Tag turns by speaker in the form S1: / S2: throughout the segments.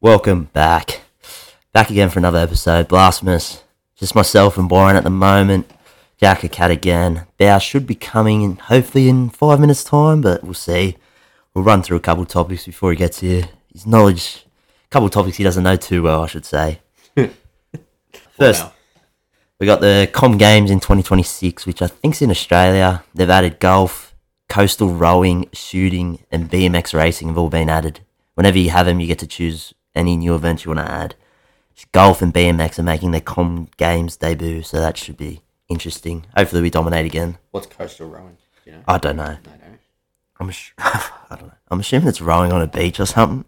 S1: Welcome back. Back again for another episode. Blasphemous. Just myself and Warren at the moment. Jack a cat again. Bow should be coming in hopefully in five minutes' time, but we'll see. We'll run through a couple topics before he gets here. His knowledge, a couple topics he doesn't know too well, I should say. First,
S2: Wow.
S1: we got the Com Games in 2026, which I think's in Australia. They've added golf, coastal rowing, shooting, and BMX racing have all been added. Whenever you have them, you get to choose any new event you want to add. Golf and BMX are making their Com Games debut, so that should be interesting. Hopefully, we dominate again.
S2: What's coastal rowing? Do you know?
S1: I don't know.
S2: I don't. know.
S1: I'm sh- I don't know. I'm assuming it's rowing on a beach or something.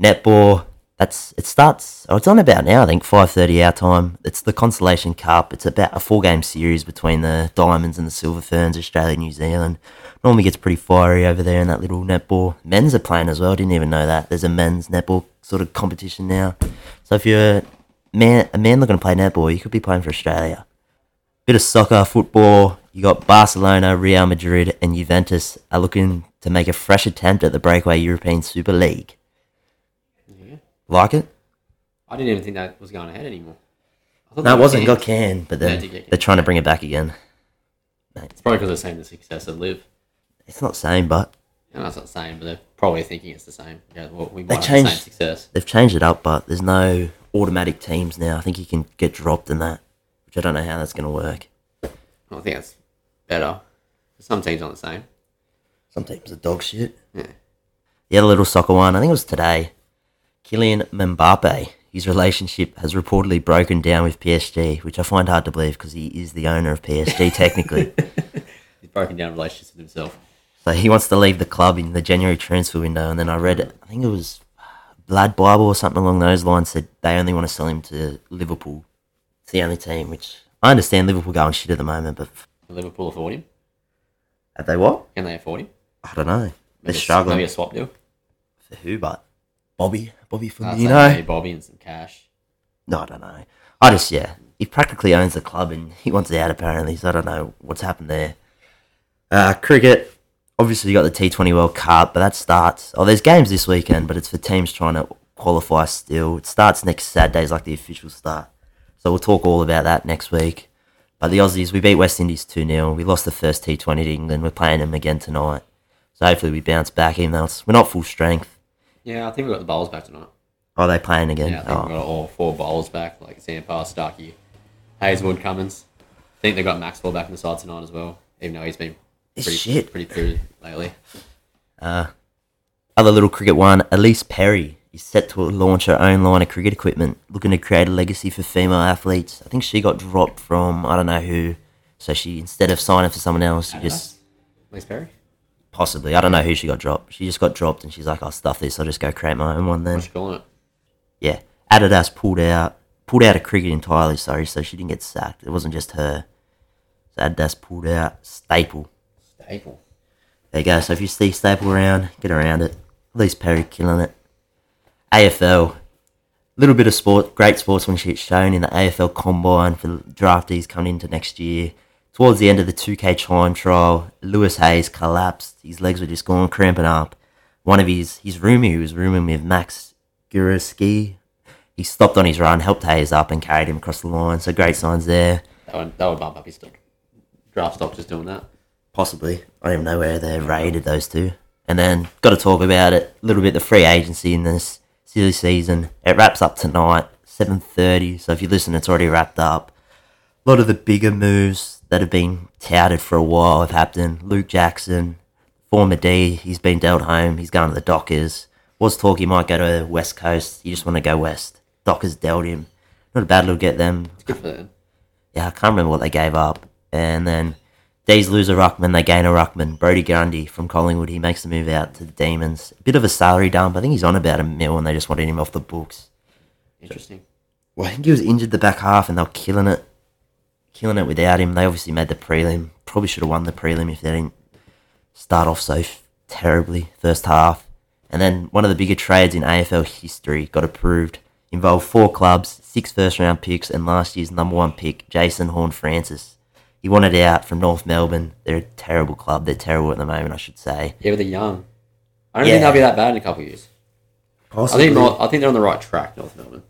S1: Netball. That's it starts. Oh, it's on about now. I think five thirty our time. It's the Constellation Cup. It's about a four game series between the Diamonds and the Silver Ferns, Australia, New Zealand. Normally gets pretty fiery over there in that little netball. Men's are playing as well. I didn't even know that. There's a men's netball sort of competition now. So if you're a man, a man looking to play netball, you could be playing for Australia bit of soccer, football. You got Barcelona, Real Madrid, and Juventus are looking to make a fresh attempt at the breakaway European Super League.
S2: Yeah.
S1: Like it?
S2: I didn't even think that was going ahead anymore. I thought
S1: No,
S2: that
S1: it wasn't. Got canned,
S2: canned.
S1: but
S2: Yeah,
S1: they're,
S2: it did get
S1: they're trying to bring it back again.
S2: It's probably because they're seeing the success of Live.
S1: It's not same, but
S2: And that's not the same, but they're probably thinking it's the same. Yeah, well, we
S1: They
S2: might have the same
S1: changed-
S2: success.
S1: they've changed it up. But there's no automatic teams now. I think you can get dropped in that, which I don't know how that's going to work.
S2: I think that's better. Some teams aren't the same.
S1: Some teams are dog shit.
S2: Yeah.
S1: The other little soccer one, I think it was today. Kylian Mbappe, his relationship has reportedly broken down with PSG, which I find hard to believe because he is the owner of PSG technically.
S2: He's broken down relationships with himself.
S1: So he wants to leave the club in the January transfer window. And then I read, I think it was Blood Bible or something along those lines, said they only want to sell him to Liverpool. It's the only team, which I understand Liverpool going shit at the moment, but f-
S2: Can Liverpool afford him?
S1: have they what?
S2: Can they afford him?
S1: I don't know. They're
S2: Maybe a- Maybe
S1: struggling.
S2: a swap deal.
S1: For who, but Bobby? Bobby
S2: Uh,
S1: Firmino?
S2: so maybe Bobby and some cash.
S1: No, I don't know. I just yeah, he practically owns the club and he wants out apparently. So I don't know what's happened there. Uh, cricket, obviously you got the T Twenty World Cup, but that starts. Oh, there's games this weekend, but it's for teams trying to qualify still. It starts next Saturday, is like the official start. So we'll talk all about that next week. But the Aussies, we beat West Indies 2 0. We lost the first T20 to England. We're playing them again tonight. So hopefully we bounce back, even though it's- we're not full strength.
S2: Yeah, I think we got the bowls back tonight.
S1: Are they playing again?
S2: Yeah, I think
S1: Oh.
S2: we got all four bowls back, like Sampar, Starkey, Hazelwood, Cummins. I think they got Maxwell back in the side tonight as well, even though he's been
S1: It's
S2: pretty
S1: shit.
S2: pretty poor lately.
S1: Other little cricket one, Elise Perry is set to launch her own line of cricket equipment, looking to create a legacy for female athletes. I think she got dropped from I don't know who, so she instead of signing for someone else, she just
S2: Lise Perry?
S1: possibly I don't know who she got dropped. She just got dropped, and she's like, "I'll stuff this. I'll just go create my own one then."
S2: What's she calling it?
S1: Yeah, Adidas pulled out pulled out of cricket entirely. Sorry, so she didn't get sacked. It wasn't just her. So Adidas pulled out Staple.
S2: Staple.
S1: There you go. So if you see Staple around, get around it. At least Perry killing it. AFL. Little bit of sport, great sportsmanship shown in the AFL combine for the draftees coming into next year. Towards the end of the 2K time trial, Lewis Hayes collapsed. His legs were just gone cramping up. One of his, his roomie, who was rooming with Max Guriski, he stopped on his run, helped Hayes up, and carried him across the line. So great signs there.
S2: That would, that would bump up his stock. Draft stock just doing that.
S1: Possibly. I don't even know where they're rated, those two. And then, got to talk about it a little bit, the free agency in this silly season. It wraps up tonight, 7.30, so if you listen, it's already wrapped up. A lot of the bigger moves that have been touted for a while have happened. Luke Jackson, former D, he's been dealt home. He's going to the Dockers. Was talk he might go to West Coast. You just want to go West. Dockers dealt him. Not a bad little get them
S2: It's good for them.
S1: yeah, I can't remember what they gave up. And then these lose a ruckman, they gain a ruckman. Brody Grundy from Collingwood, he makes the move out to the Demons. Bit of a salary dump. I think he's on about a mil, and they just wanted him off the books.
S2: Interesting.
S1: Well, I think he was injured the back half, and they were killing it, killing it without him. They obviously made the prelim. Probably should have won the prelim if they didn't start off so f- terribly first half. And then one of the bigger trades in AFL history got approved. Involved four clubs, six first round picks, and last year's number one pick, Jason Horn Francis. He wanted out from North Melbourne. They're a terrible club. They're terrible at the moment, I should say.
S2: Yeah, but they're young. I don't think
S1: Yeah.
S2: they'll be that bad in a couple of years. I
S1: Possibly.
S2: think North, I think they're on the right track, North Melbourne.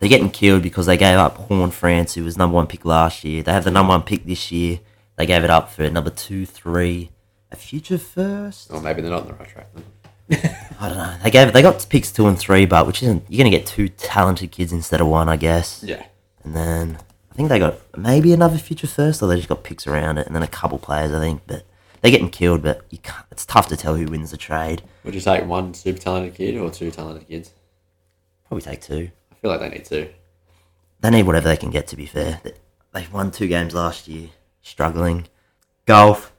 S1: They're getting killed because they gave up Horn France, who was number one pick last year. They have the number one pick this year. They gave it up for number two, three, a future first.
S2: Or maybe they're not on the right track. Then.
S1: I don't know. They gave they got picks two and three, but which isn't you're gonna get two talented kids instead of one, I guess.
S2: Yeah.
S1: And then I think they got maybe another future first, or they just got picks around it, and then a couple players, I think. But they're getting killed. But you can't, it's tough to tell who wins the trade.
S2: Would you take one super talented kid or two talented kids?
S1: Probably take two.
S2: I feel like they need two.
S1: They need whatever they can get. To be fair, They- they've won two games last year, struggling. Golf,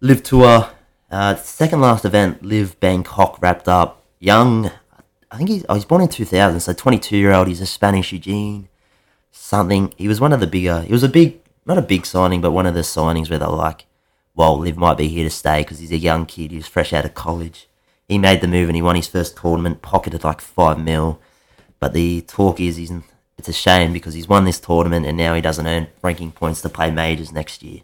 S1: Live Tour, uh, second last event. Live Bangkok wrapped up. Young, I think he's. Oh, he's born in two thousand, so twenty-two year old. He's a Spanish Eugene. something. He was one of the bigger. He was a big, not a big signing, but one of the signings where they're like, "Well, Liv might be here to stay because he's a young kid. He's fresh out of college." He made the move and he won his first tournament, pocketed like five mil. But the talk is, he's, it's a shame because he's won this tournament and now he doesn't earn ranking points to play majors next year.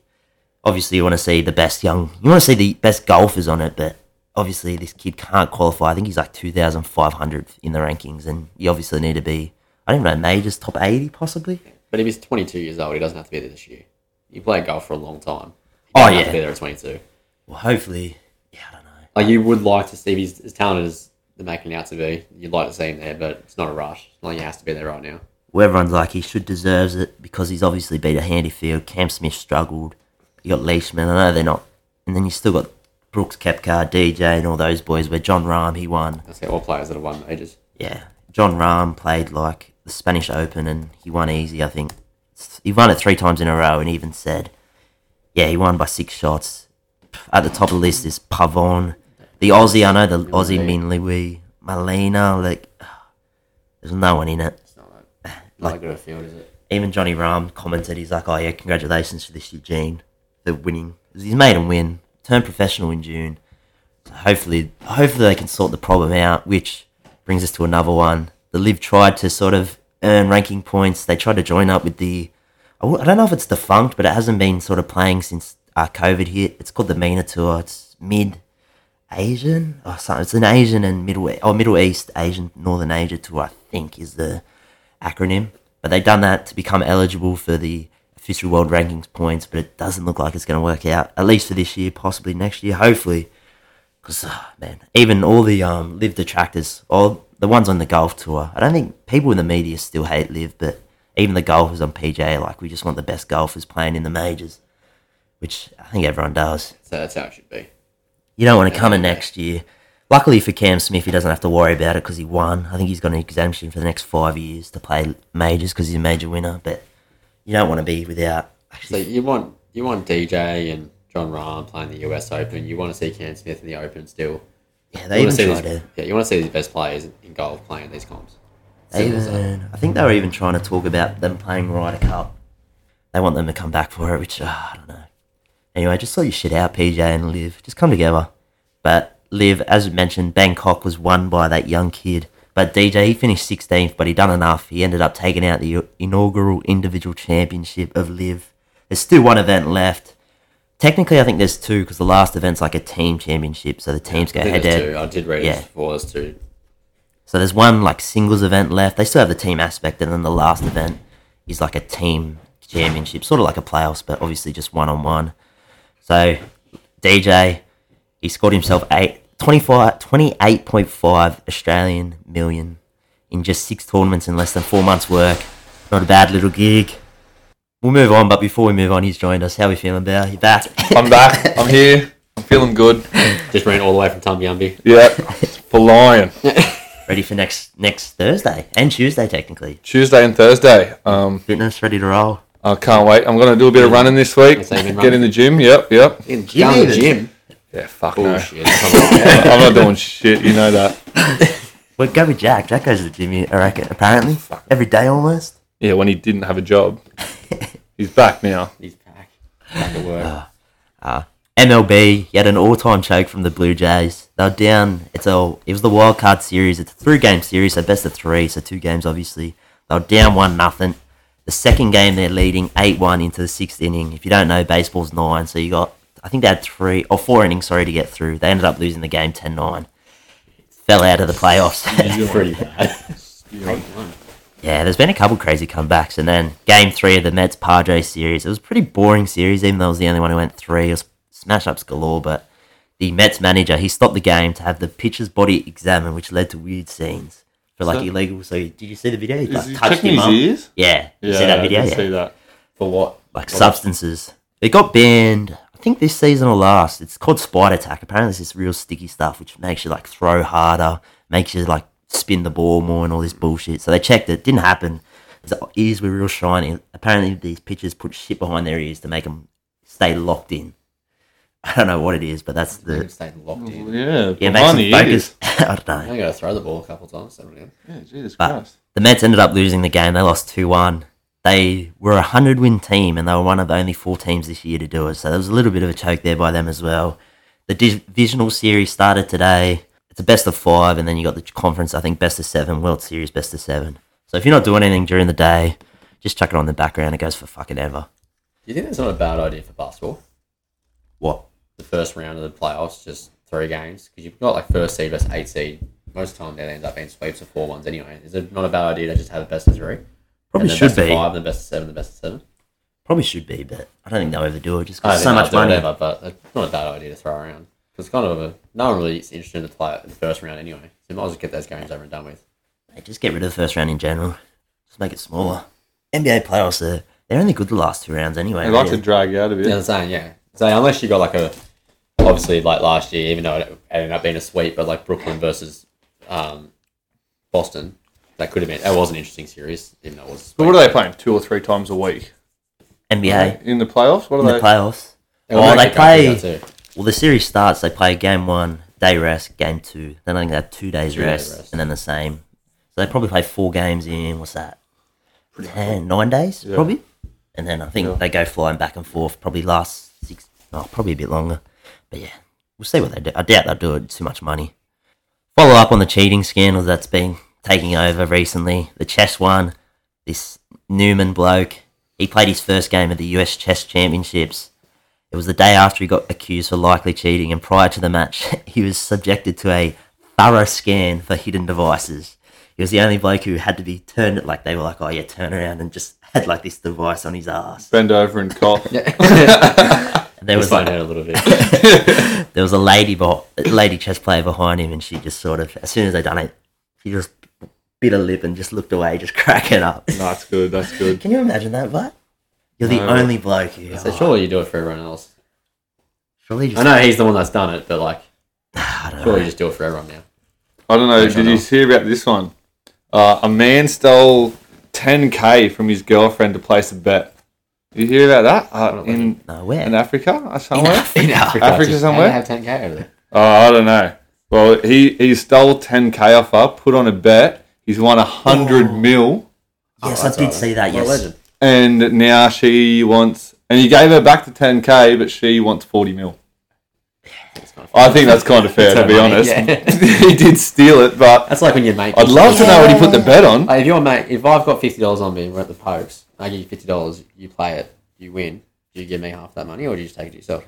S1: Obviously, you want to see the best young, you want to see the best golfers on it, but obviously this kid can't qualify. I think he's like 2,500 in the rankings, and you obviously need to be, I don't know, majors top 80 possibly.
S2: But if he's 22 years old, he doesn't have to be there this year. You play golf for a long time. You
S1: Oh,
S2: don't have
S1: yeah.
S2: to be there at 22.
S1: Well, hopefully, yeah, I don't know.
S2: Like you would like to see if he's as talented as the making out to be. You'd like to see him there, but it's not a rush. It's not like he has to be there right now.
S1: Well, everyone's like he should deserves it because he's obviously beat a handy field. Cam Smith struggled. You got Leishman. I know they're not, and then you still got Brooks Kepka, DJ, and all those boys. Where John Rahm he won.
S2: That's how all players that have won majors.
S1: Yeah, John Rahm played like the Spanish Open and he won easy. I think he won it three times in a row, and even said, yeah, he won by six shots. At the top of the list is Pavon, the Aussie. I know the Aussie Min Liwi, Malina. Like, there's no one in it.
S2: It's not like, not that good of a field, is it?
S1: even Johnny Rahm commented, he's like, oh yeah, congratulations to this Eugene for winning. He's made him win, turned professional in June. So hopefully, hopefully they can sort the problem out, which brings us to another one. The Live tried to sort of earn ranking points. They tried to join up with the, I w- I don't know if it's defunct, but it hasn't been sort of playing since uh, COVID hit. It's called the MENA Tour. It's mid Asian or something. It's an Asian and Middle or Middle East Asian Northern Asia tour, I think, is the acronym. But they've done that to become eligible for the official world rankings points. But it doesn't look like it's going to work out, at least for this year, possibly next year, hopefully. Because man, even all the um live detractors or the ones on the golf tour, I don't think people in the media still hate live, but even the golfers on PGA, like we just want the best golfers playing in the majors, which I think everyone does.
S2: So that's how it should be.
S1: You don't want to come in next year. Luckily for Cam Smith, he doesn't have to worry about it because he won. I think he's got an exemption for the next five years to play majors because he's a major winner. But you don't want to be without.
S2: So
S1: Actually,
S2: you want you want DJ and John Rahm playing the US Open. You want to see Cam Smith in the Open still.
S1: yeah,
S2: You
S1: they even
S2: wanna see
S1: tried
S2: these-
S1: to.
S2: Yeah, you want to see these best players in golf playing these comps.
S1: They
S2: Simple as that.
S1: even, I think they were even trying to talk about them playing Ryder Cup. They want them to come back for it, which uh, I don't know. Anyway, just sort your shit out, PJ and Liv. Just come together. But Liv, as mentioned, Bangkok was won by that young kid. But DJ, he finished 16th, but he done enough. He ended up taking out the inaugural individual championship of Liv. There's still one event left. Technically, I think there's two because the last event's like a team championship, so the teams go
S2: I
S1: head
S2: think
S1: to
S2: there's
S1: head.
S2: two. I did read
S1: Yeah.
S2: it before. There's two.
S1: So there's one like singles event left. They still have the team aspect, and then the last event is like a team championship, sort of like a playoffs, but obviously just one on one. So DJ, he scored himself eight, 25, 28.5 Australian million in just six tournaments in less than four months' work. Not a bad little gig. We'll move on, but before we move on, he's joined us. How we feeling, Bow? You back?
S3: I'm back. I'm here. I'm feeling good.
S2: Just ran all the way from Tumbyumby.
S3: Yeah, for Lion.
S1: ready for next next Thursday and Tuesday, technically.
S3: Tuesday and Thursday. Um,
S1: Fitness ready to roll.
S3: I can't wait. I'm gonna do a bit of running this week.
S2: Yes, I've been
S3: Get in the gym. Yep, yep.
S2: In the
S1: Gym even.
S2: gym. Oh,
S3: Yeah, fuck no.
S2: Bullshit. Come on.
S3: I'm not doing shit. You know that.
S1: Well, go with Jack. Jack goes to the gym, I reckon, apparently. Every day almost.
S3: Yeah, when he didn't have a job, he's back now.
S2: He's back. Back at work.
S1: Ah. MLB, he had an all time choke from the Blue Jays. They were down, it's a, it was the wild card series. It's a three game series, so best of three, so two games, obviously. They were down 1 nothing. The second game, they're leading 8 1 into the sixth inning. If you don't know, baseball's nine, so you got, I think they had three, or four innings, sorry, to get through. They ended up losing the game 10 9. fell out of the playoffs.
S2: It's pretty bad. Eight one.
S1: yeah, there's been a couple crazy comebacks, and then game three of the Mets Padres series. It was a pretty boring series, even though I was the only one who went three. It was smash ups galore, but the Mets manager he stopped the game to have the pitcher's body examined, which led to weird scenes for like
S3: that-
S1: illegal. So did you see the video? He
S3: Is
S1: like,
S3: he
S1: touched
S3: checking
S1: him
S3: his
S1: up.
S3: ears?
S1: Yeah, you
S3: Yeah,
S1: see that video?
S3: I
S1: Yeah,
S3: did see that.
S2: For what?
S1: like substances. It got banned. I think this season or last. It's called spider tack. Apparently, it's this real sticky stuff which makes you like throw harder, makes you like spin the ball more, and all this bullshit. So they checked it. Didn't happen. His ears were real shiny. Apparently, these pitchers put shit behind their ears to make them stay locked in. I don't know what it is, but that's
S2: They could
S1: the
S2: stay locked in.
S3: Yeah,
S1: yeah. It makes
S3: behind
S1: them
S3: the ears.
S1: focus. I don't know.
S2: I gotta throw the ball a couple times. so I don't know.
S3: Yeah, Jesus
S1: But-
S3: Christ.
S1: The Mets ended up losing the game. They lost 2 1. They were a 100 win team, and they were one of only four teams this year to do it. So there was a little bit of a choke there by them as well. The divisional series started today. It's a best of five, and then you got the conference, I think, best of seven, World Series, best of seven. So if you're not doing anything during the day, just chuck it on the background. It goes for fucking ever.
S2: Do you think that's not a bad idea for basketball?
S1: What?
S2: The first round of the playoffs, just three games, because you've got like first seed versus eight seed. Most of the time, they end up being sweeps of four ones anyway. Is it not a bad idea to just have the best of three?
S1: Probably
S2: and then
S1: should
S2: best Of
S1: be.
S2: five, then best of seven, then best of seven.
S1: Probably should be, but I don't think they'll overdo it. Just
S2: I
S1: got
S2: don't
S1: so
S2: think
S1: much
S2: they'll do
S1: money.
S2: whatever, but it's not a bad idea to throw around. 'Cause It's kind of a no one really is interested in the play in the first round anyway. So you might as well get those games over and done with.
S1: Mate, just get rid of the first round in general. Just make it smaller. NBA playoffs are they're only good the last two rounds anyway.
S3: They like
S1: really.
S3: to drag you out of
S2: Yeah,
S3: it.
S2: I'm saying yeah. So unless you got like a obviously like last year, even though it ended up being a sweep, but like Brooklyn versus um, Boston, that could have been that was an interesting series, even though it was. a
S3: But
S2: sweep.
S3: what are they playing? Two or three times a week?
S1: NBA
S3: In the playoffs? What
S1: in
S3: are
S1: the
S3: they?
S1: playoffs.
S2: would
S1: Oh,
S2: make
S1: they
S2: it complicated
S1: play-
S2: too.
S1: Well, the series starts. They play game one, day rest, game two. Then I think they have two days
S2: Two day
S1: rest,
S2: rest.
S1: and then the same. So they probably play four games in what's that? Ten, nine days probably. And then I think they go flying back and forth. Probably last six, oh, probably a bit longer. But yeah, we'll see what they do. I doubt they'll do it. It's Too much money. Follow up on the cheating scandal that's been taking over recently. The chess one. This Newman bloke. He played his first game at the U.S. Chess Championships. It was the day after he got accused for likely cheating, and prior to the match, he was subjected to a thorough scan for hidden devices. He was the only bloke who had to be turned, like they were like, oh yeah, turn around, and just had like this device on his ass.
S3: Bend over and cough.
S1: And there
S2: It
S1: was
S2: was fun
S1: like,
S2: out a little bit.
S1: there was a lady, bo- lady chess player behind him, and she just sort of, as soon as they done it, she just bit her lip and just looked away, just cracking up.
S3: No, that's good. That's good.
S1: Can you imagine that, but You're the
S3: No.
S1: only bloke who.
S2: so surely you do it for everyone else.
S1: surely
S2: I
S1: just,
S2: know he's the one that's done it, but like
S1: I don't know.
S2: surely you just do it for everyone now.
S3: I don't know.
S2: I don't
S3: Did you
S2: know.
S3: hear about this one? Uh, a man stole 10k from his girlfriend to place a bet. Did you hear about that? Uh, in
S1: No, where?
S3: in Africa or
S1: In
S3: somewhere?
S1: Africa.
S3: Africa
S2: Just-
S3: somewhere?
S2: they Have ten k over there.
S3: Oh, I don't know. Well, he, he stole 10k off her, put on a bet. He's won 100 mil,
S1: Yes,
S2: that's
S1: I did
S2: right.
S1: see that,
S2: What a
S1: yes.
S2: legend.
S3: and now she wants. And he gave her back the 10k, but she wants 40 mil. I think that's kind of fair, to
S2: It's
S3: be
S2: her money,
S3: honest.
S2: yeah.
S3: he did steal it, but
S2: That's like when your mate.
S3: I'd love to know what he put the bet on.
S2: Like, if your mate, if I've got fifty dollars on me and we're at the pokes, I give you fifty dollars, you play it, you win. Do you give me half that money, or do you just take it yourself?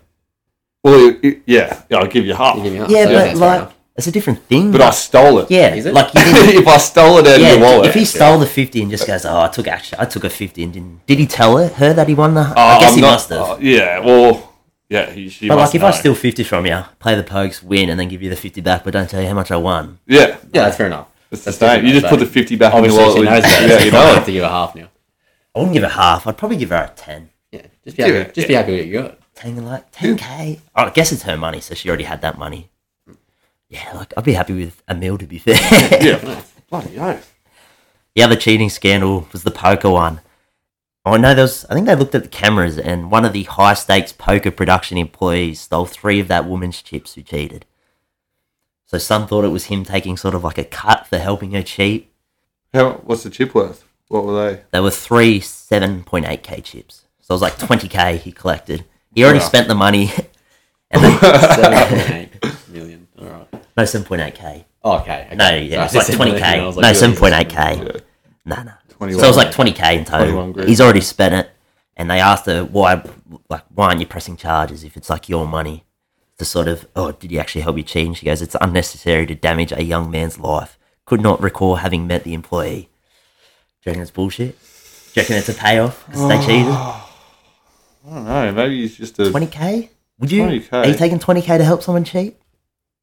S3: Well, it- it- yeah, yeah, I'll give you
S2: You
S3: half.
S2: give me half.
S1: Yeah,
S2: so
S1: but
S2: that's fair
S1: like,
S2: enough.
S1: it's a different thing.
S3: But I stole it.
S1: yeah,
S2: Is it?
S1: like you didn't.
S3: if I stole it out of
S1: Yeah,
S3: your wallet.
S1: if he stole the fifty and just goes, "Oh, I took actually, I took a fifty and didn't." Did he tell her, her that he won the?
S3: Oh,
S1: I guess
S3: I'm
S1: he
S3: not-
S1: must have.
S3: oh, yeah, well, yeah, he, she
S1: but
S3: must
S1: like, if
S3: know.
S1: I steal fifty from you, play the pokes, win, and then give you the fifty back, but don't tell you how much I won.
S3: yeah,
S2: yeah, that's fair enough.
S3: it's the same. You just put the fifty back in your
S2: Obviously, she knows
S3: wallet.
S2: that.
S3: yeah, you know
S2: have
S3: it.
S2: to give her half now.
S1: I wouldn't give her half. I'd probably give her a ten.
S2: Yeah, just be happy.
S3: Yeah,
S2: just be happy that you got it.
S1: Ten like ten k. I guess it's her money, so she already had that money. Yeah, like I'd be happy with a meal to be fair.
S3: Yeah, bloody oath.
S1: The other cheating scandal was the poker one. Oh no, there was, I think they looked at the cameras and one of the high stakes poker production employees stole three of that woman's chips who cheated. So some thought it was him taking sort of like a cut for helping her cheat.
S3: How, what's the chip worth? What were they?
S1: There were three 7.8k chips. So it was like 20k he collected. He already
S3: Wow.
S1: spent the money. And then,
S2: Seven point eight million. All right.
S1: no, 7.8k.
S2: Oh, okay, okay.
S1: No, yeah, it's like
S2: Sorry, I said
S1: 20k.
S2: million, I was
S1: no,
S2: like, yeah,
S1: 7.8k. No, no.
S3: Twenty-one.
S1: So it was like 20k in total.
S3: 21 grand.
S1: He's already spent it, and they asked her why, like, why aren't you pressing charges if it's like your money? to sort of, oh, did he actually help you cheat? And she goes, it's unnecessary to damage a young man's life. Could not recall having met the employee. Do you reckon it's bullshit? Do you reckon it's a payoff? 'Cause
S2: Oh.
S1: they cheated?
S3: I don't know. Maybe he's just a.
S1: 20k? Would you?
S3: 20K?
S1: Are you taking 20k to help someone cheat?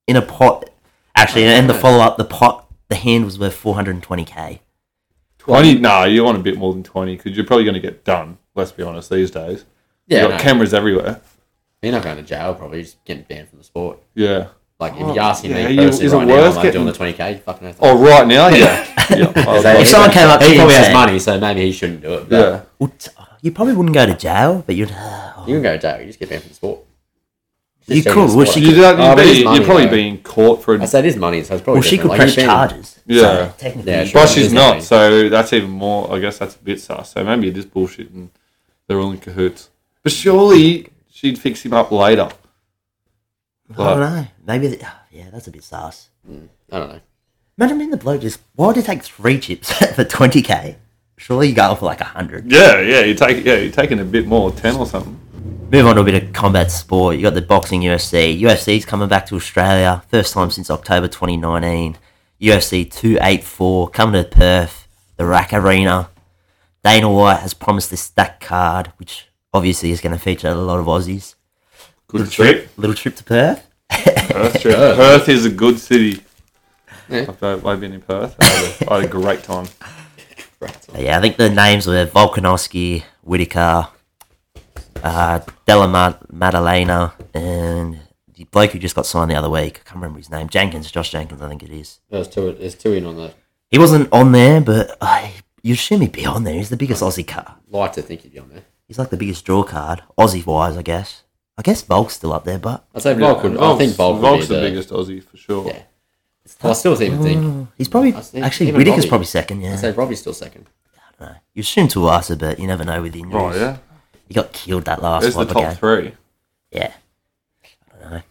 S1: In a pot. Actually, and the follow up, the pot, the hand was worth 420k.
S3: 20. No, you want a bit more than 20 because you're probably going to get done, let's be honest, these days.
S2: Yeah,
S3: You've
S2: no.
S3: got cameras everywhere.
S2: you're not going to jail. Probably you're just getting banned from the sport.
S3: Yeah.
S2: Like if you're asking
S3: Oh, yeah,
S2: me
S3: you-
S2: personally
S3: is it
S2: right now,
S3: worth
S2: am I
S3: getting-
S2: doing the 20k? You fucking oath.
S3: Oh, right now? Yeah. yeah. Oh,
S2: They-
S3: right.
S1: If someone came up to
S2: he
S1: you and
S2: probably has
S1: said-
S2: money, so maybe he shouldn't do it. But
S3: yeah.
S1: Well, t- You probably wouldn't go to jail, but you'd. oh,
S2: you can go to jail. You just get banned from the sport.
S1: You
S2: tell
S1: could,
S2: the
S1: well,
S2: sport.
S1: she
S3: You'd, have-
S2: Oh,
S3: you'd
S2: but it
S3: be,
S2: is money,
S3: you'd probably
S2: though.
S3: be in court for.
S2: I
S3: A,
S2: said it is money, so it's probably.
S1: well, she could
S2: different.
S1: press
S2: Like, you're banned.
S1: charges.
S3: Yeah.
S1: So, technically,
S2: Yeah,
S1: you-
S2: sure.
S3: but she's
S2: It's
S3: not,
S2: money.
S3: so that's even more. I guess that's a bit sus. So maybe it is bullshit and they're all in cahoots. But surely she'd fix him up later.
S1: I don't
S3: Like,
S1: know. Maybe. th- yeah, that's a bit sus.
S2: I don't know.
S1: Imagine being the bloke just. Why would it take three chips for 20k? Surely you go for like 100.
S3: yeah, yeah, you take yeah, you're taking a bit more, ten or something.
S1: Move on to a bit of combat sport. You got the boxing UFC. UFC's coming back to Australia. First time since October 2019. UFC 284 coming to Perth, the Rack Arena. Dana White has promised this stacked card, which obviously is going to feature a lot of Aussies.
S3: Good trip.
S1: Little trip to Perth.
S3: Perth, trip. Perth is a good city.
S2: Yeah.
S3: I've, uh, I've been in Perth. I had, a, I had a great time.
S1: But yeah, I think the names were Volkanovski, Whitaker, uh, Della Ma- Maddalena, and the bloke who just got signed the other week. I can't remember his name. Jenkins, Josh Jenkins, I think it is.
S2: There's two. There's two in on the.
S1: He wasn't on there, but I, you'd assume he'd be on there. He's the biggest Aussie car.
S2: Like to think he'd be on there.
S1: He's like the biggest draw card, Aussie wise, I guess. I guess Volk's still up there, but
S2: I'd say Volk would. I think Volk would be
S3: Volk's
S2: the,
S3: the biggest Aussie for sure.
S2: Yeah. I still even think.
S1: Mm, he's probably
S2: I see.
S1: actually
S2: Even
S1: Whitaker's
S2: Robbie.
S1: probably second. Yeah,
S2: I'd say Robbie's still second.
S1: you assume Tuasa, but you never know with injuries.
S3: Oh yeah,
S1: he got killed that last
S3: there's the
S1: one.
S3: top
S1: okay.
S3: three.
S1: Yeah. I don't know.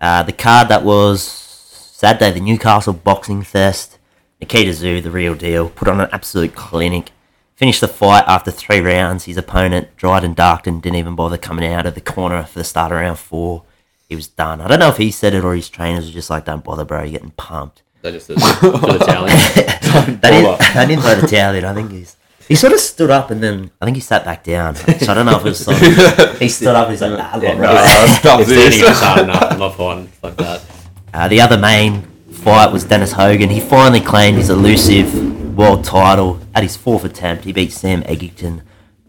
S1: Uh, the card that was Saturday, the Newcastle Boxing Fest. Nikita Zoo, the real deal, put on an absolute clinic. Finished the fight after three rounds. His opponent, Dryden Darkton, didn't even bother coming out of the corner for the start of round four. He was done. I don't know if he said it or his trainers were just like, don't bother, bro, you're getting pumped.
S2: They just did the tally.
S1: They didn't, they didn't throw the towel in. I think he's. He sort of stood up and then I think he sat back down. So I don't know if it was sort of, he stood up and he's like, nah, I'm not ready."
S3: Uh, stop
S2: If Danny was
S3: this.
S2: hard enough, I'm not fine. Fuck that.
S1: Uh, the other main fight was Dennis Hogan. He finally claimed his elusive world title at his fourth attempt. He beat Sam Eggington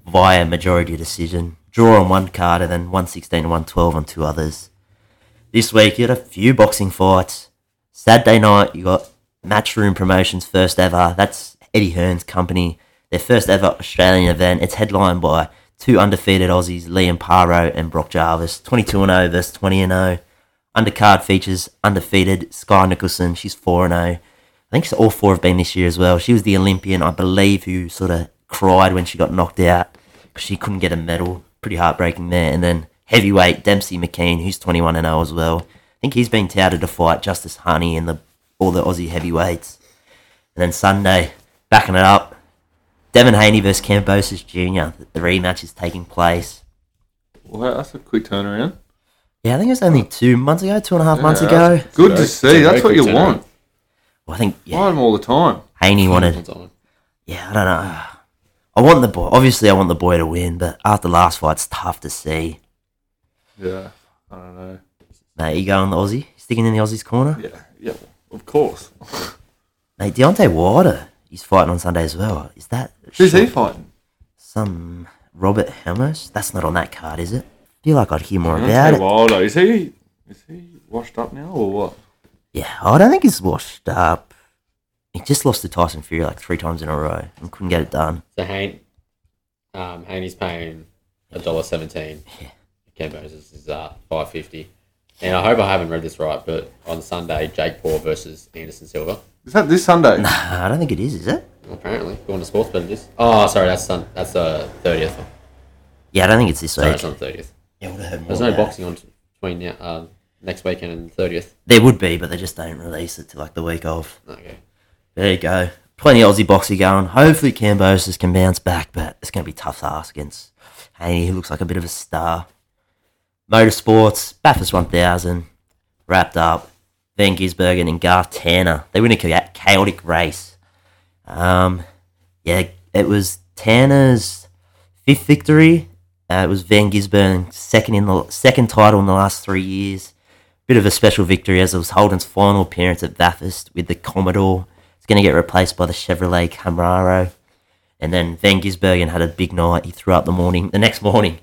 S1: via majority decision, draw on one card, and then 116 and 112 on two others. This week, you had a few boxing fights. Saturday night, you got Matchroom Promotions first ever. That's Eddie Hearn's company. Their first ever Australian event. It's headlined by two undefeated Aussies, Liam Paro and Brock Jarvis. 22 and 0 versus 20 and 0. Undercard features undefeated Sky Nicholson. She's 4 and 0. I think she's all four have been this year as well. She was the Olympian, I believe, who sort of cried when she got knocked out because she couldn't get a medal. Pretty heartbreaking there. And then heavyweight Dempsey McKean, who's 21 and 0 as well. I think he's been touted to fight Justice Honey and the all the Aussie heavyweights. And then Sunday, backing it up, Devin Haney versus Cambosis Jr. The rematch is taking place.
S3: Well, that's a quick turnaround.
S1: Yeah, I think it was only two months ago, two and a half months
S3: Yeah,
S1: ago.
S3: that's Good to
S2: It's a
S3: see.
S2: very
S3: That's what
S2: quick
S3: you
S2: turnaround.
S3: want.
S1: Well, I think yeah,
S3: Buy 'em all the time.
S1: Haney wanted
S2: Hold on.
S1: yeah, I don't know. I want the boy. Obviously, I want the boy to win, but after last fight, it's tough to see.
S3: Yeah. I don't know.
S1: Mate, you going the Aussie? Sticking in the Aussie's corner?
S3: Yeah. Yeah. Of course.
S1: Mate, Deontay Wilder, he's fighting on Sunday as well. Is that
S3: Who's he fighting?
S1: some Robert Helmus? That's not on that card, is it? feel like I'd hear more
S2: Mm-hmm.
S1: about
S3: Deontay
S1: it.
S3: Wilder. Is he? Is he washed up now or what?
S1: Yeah, I don't think he's washed up. He just lost to Tyson Fury like three times in a row and couldn't get it done.
S2: So Hain, um, Haney's paying a dollar seventeen.
S1: Yeah.
S2: Ken Moses is uh, five fifty. And I hope I haven't read this right, but on Sunday, Jake Paul versus Anderson Silva.
S3: Is that this Sunday?
S1: I don't think it is, is it?
S2: Apparently, going to sports bet it is. Oh, sorry, that's sun. That's the thirtieth.
S1: Yeah, I don't think it's this
S2: Sorry,
S1: week.
S2: it's on thirtieth.
S1: Yeah, I would've heard more
S3: Oh,
S2: There's no
S1: about it.
S2: boxing on t- between now, um, next weekend and thirtieth.
S1: There would be, but they just don't release it till like the week of.
S2: Okay.
S1: There you go. Plenty of Aussie boxing going. Hopefully Cambosis can bounce back, but it's going to be tough to ask against Haney, who looks like a bit of a star. Motorsports, Bathurst 1000, wrapped up. Van Gisbergen and Garth Tanner. They win a cha- chaotic race. Um, yeah, it was Tanner's fifth victory. Uh, it was Van Gisbergen's second in the second title in the last three years. Bit of a special victory as it was Holden's final appearance at Bathurst with the Commodore. It's going to get replaced by the Chevrolet Camaro. And then Van Gisbergen had a big night. He threw up the morning, the next morning.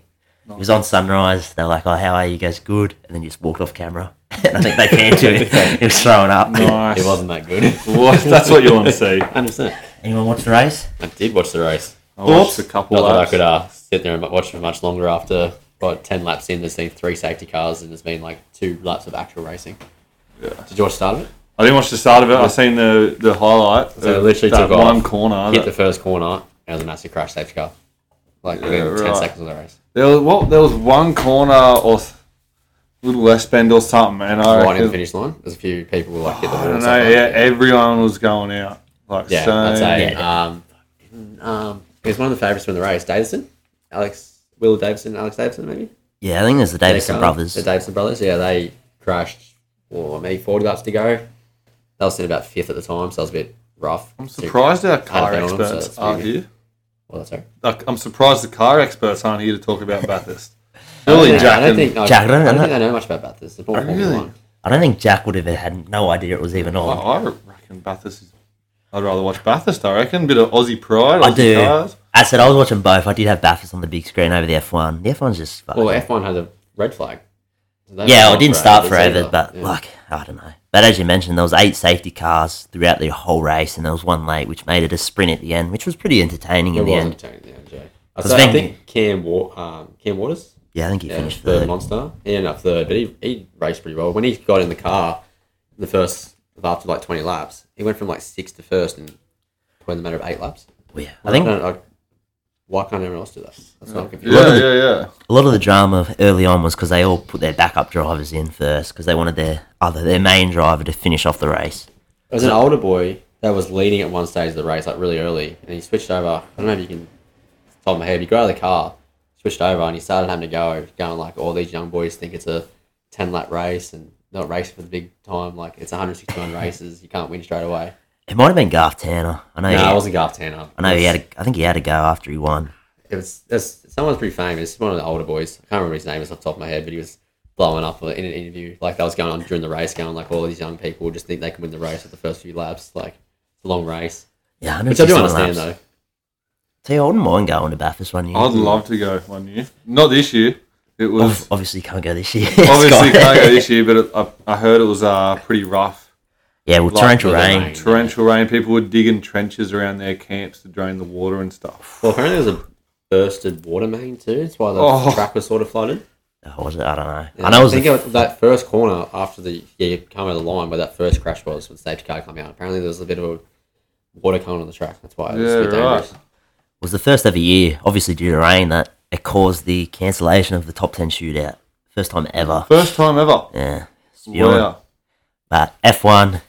S1: It was on sunrise. They're like, "Oh, how are you guys? Good." And then you just walked off camera. and I think they panned to it. He was throwing up.
S3: Nice.
S2: It wasn't that good.
S3: What? That's what you want to see.
S2: I understand.
S1: Anyone watch the race?
S2: I did watch the race.
S3: I watched a couple
S2: Not that I
S3: laps.
S2: could uh, sit there and watch for much longer after about 10 laps in. There's been three safety cars and there's been like two laps of actual racing.
S3: Yeah.
S2: Did you watch the start of it?
S3: I didn't watch the start of it. I seen the the highlight.
S2: So it
S3: of
S2: literally
S3: that
S2: took
S3: one
S2: off,
S3: corner.
S2: Hit
S3: That,
S2: the first corner and it was a massive crash safety car. Like within 10
S3: Yeah, right.
S2: seconds of the race.
S3: there was what? There was one corner or s- little less bend or something, and I
S2: Right in the
S3: reckon,
S2: finish line. There's a few people who like hit the
S3: I
S2: wall.
S3: don't
S2: and
S3: know.
S2: stuff like
S3: Yeah,
S2: that.
S3: everyone was going out. Like
S2: Yeah,
S3: so,
S2: I'd say.
S1: Yeah.
S2: Um, fucking, um, he was one of the favourites from the race. Davison, Alex, Will Davison, Alex Davison, maybe.
S1: Yeah, I think there's the Davison
S2: They, uh,
S1: brothers.
S2: The Davison brothers. Yeah, they crashed. Or maybe forty laps to go. They was in about fifth at the time, so it was a bit rough.
S3: I'm surprised our car
S2: I don't know, so
S3: experts
S2: it's
S3: are
S2: pretty
S3: here.
S2: Well, that's all right.
S3: Like, I'm surprised the car experts aren't here to talk about Bathurst.
S2: I
S3: Really,
S2: don't think-
S3: Jack. Oh,
S2: I don't think, I,
S1: Jack, I don't
S2: I don't
S1: know.
S2: think I know much about Bathurst. It's more Formula
S3: Really?
S2: One.
S1: I don't think Jack would have had no idea it was even
S3: I,
S1: on.
S3: I reckon Bathurst is. I'd rather watch Bathurst. I reckon. Bit of Aussie pride.
S1: I
S3: Aussie
S1: do.
S3: Cars.
S1: I said I was watching both. I did have Bathurst on the big screen over the F1. The F1's just fucking.
S2: Well, F one had a red flag. So they
S1: yeah,
S2: were
S1: well, it didn't
S2: not
S1: start
S2: for ages
S1: forever,
S2: either.
S1: but
S2: Yeah.
S1: like I don't know. But as you mentioned, there was eight safety cars throughout the whole race, and there was one late, which made it a sprint at the end, which was pretty entertaining
S2: it
S1: in the
S2: was
S1: end.
S2: entertaining. Yeah, Jack. I,
S1: Because
S2: say-
S1: Van-
S2: I think Cam Wa- um, Cam Waters
S1: Yeah, I think he
S2: Yeah,
S1: finished
S2: third
S1: third.
S2: monster. He ended up third, but he, he raced pretty well. When he got in the car, the first after like twenty laps, he went from like sixth to first in probably the matter of eight laps.
S1: Yeah. I think
S2: don't, I, why can't everyone else do that? That's not confusing.
S3: Yeah, yeah, yeah.
S1: a lot of the drama early on was because they all put their backup drivers in first because they wanted their other their main driver to finish off the race.
S2: There was an older boy that was leading at one stage of the race, like really early, and he switched over. I don't know if you can it's top of my head, but he got out of the car, switched over, and he started having to go, going like, all these young boys think it's a 10 lap race and not racing for the big time. Like, it's 161 races, you can't win straight away.
S1: It might have been Garth Tanner. I know.
S2: No,
S1: he,
S2: I wasn't Garth Tanner.
S1: I know he had. A, I think he had a go after he won.
S2: It was, it was someone's pretty famous. One of the older boys. I can't remember his name. It's off the top of my head, but he was blowing up in an interview. Like that was going on during the race, going like all these young people just think they can win the race at the first few laps. Like it's a long race,
S1: Yeah,
S2: which I do understand though.
S1: See, I wouldn't mind going to Bathurst one year.
S3: I'd love to go one year. Not this year. It was
S1: Ob- obviously can't go this year.
S3: obviously
S1: Scott.
S3: can't go this year, but it, I, I heard it was uh, pretty rough.
S1: yeah, well,
S3: Like
S1: torrential
S2: the
S1: rain.
S2: rain.
S3: Torrential rain. People were digging trenches around their camps to drain the water and stuff.
S2: Well, apparently there's a bursted water main too. That's why the
S3: Oh.
S2: track was sort of flooded.
S1: Oh, was it? I don't know.
S2: And
S1: I know it was.
S2: think
S1: the-
S2: it was that first corner after the yeah you come out of the line where that first crash was when the safety car came out. Apparently there was a bit of a water coming on the track. That's why it was a bit
S3: Yeah, right.
S2: dangerous.
S1: was the first ever year, obviously due to rain, that it caused the cancellation of the top ten shootout. First time ever.
S3: First time ever.
S1: Yeah. It's beyond-
S3: Wow.
S1: But F1,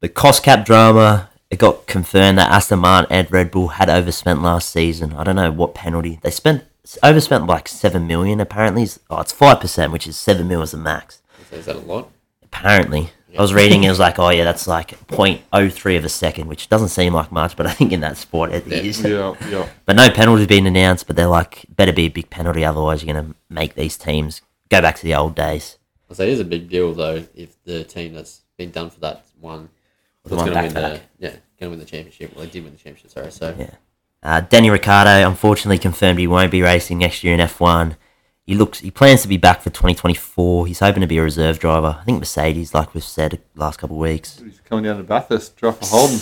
S1: the cost cap drama, it got confirmed that Aston Martin and Red Bull had overspent last season. I don't know what penalty they spent. Overspent like seven million apparently. It's- Oh, it's five percent, which is seven mil as the max.
S2: So is that a lot?
S1: Apparently, I was reading it was like, oh yeah, that's like 0.03 of a second, which doesn't seem like much, but I think in that sport it is.
S3: Yeah, yeah.
S1: But no penalty's been announced. But they're like, better be a big penalty, otherwise you're gonna make these teams go back to the old days.
S2: I say it is a big deal though if the team that's been done for that one that's
S1: one
S2: going to win the
S1: back-to-back.
S2: yeah going to win the championship. Well, they did win the championship, sorry. So
S1: Yeah. Uh, Danny Ricciardo unfortunately confirmed he won't be racing next year in F1. He looks he plans to be back for 2024. He's hoping to be a reserve driver. I think Mercedes, like we've said last couple of weeks.
S3: He's coming down to Bathurst, drop a Holden.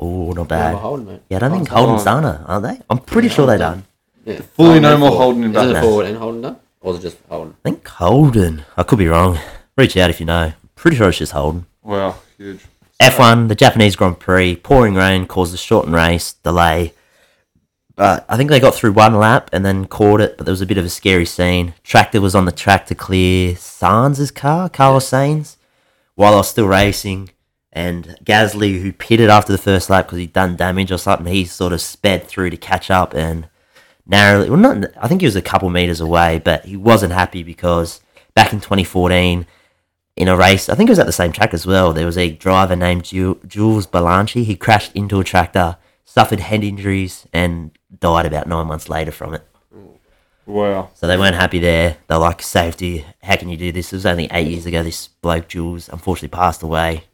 S1: Oh, not
S2: yeah,
S1: bad.
S2: holding mate.
S1: Yeah, I don't think Holden's done it, are they? I'm pretty sure they done.
S2: Yeah.
S3: Fully no
S2: and
S3: more
S2: forward.
S3: Holden in
S2: Isn't it
S3: Bathurst.
S2: forward and Holden done, or is it just Holden?
S1: I think Holden. I could be wrong. Reach out if you know. Pretty sure it's just Holden.
S3: Wow, huge.
S1: F1, the Japanese Grand Prix, pouring rain caused a shortened race, delay. But I think they got through one lap and then caught it, but there was a bit of a scary scene. Tractor was on the track to clear Sainz's car, Carlos Sainz, while I was still racing. And Gasly, who pitted after the first lap because he'd done damage or something, he sort of sped through to catch up and narrowly. Well, not. I think he was a couple meters away, but he wasn't happy because back in 2014, in a race, I think it was at the same track as well. There was a driver named Ju- Jules Balanchi. He crashed into a tractor, suffered head injuries, and died about nine months later from it.
S3: Wow.
S1: So they weren't happy there. They're like, safety, how can you do this? It was only eight years ago. This bloke, Jules, unfortunately passed away.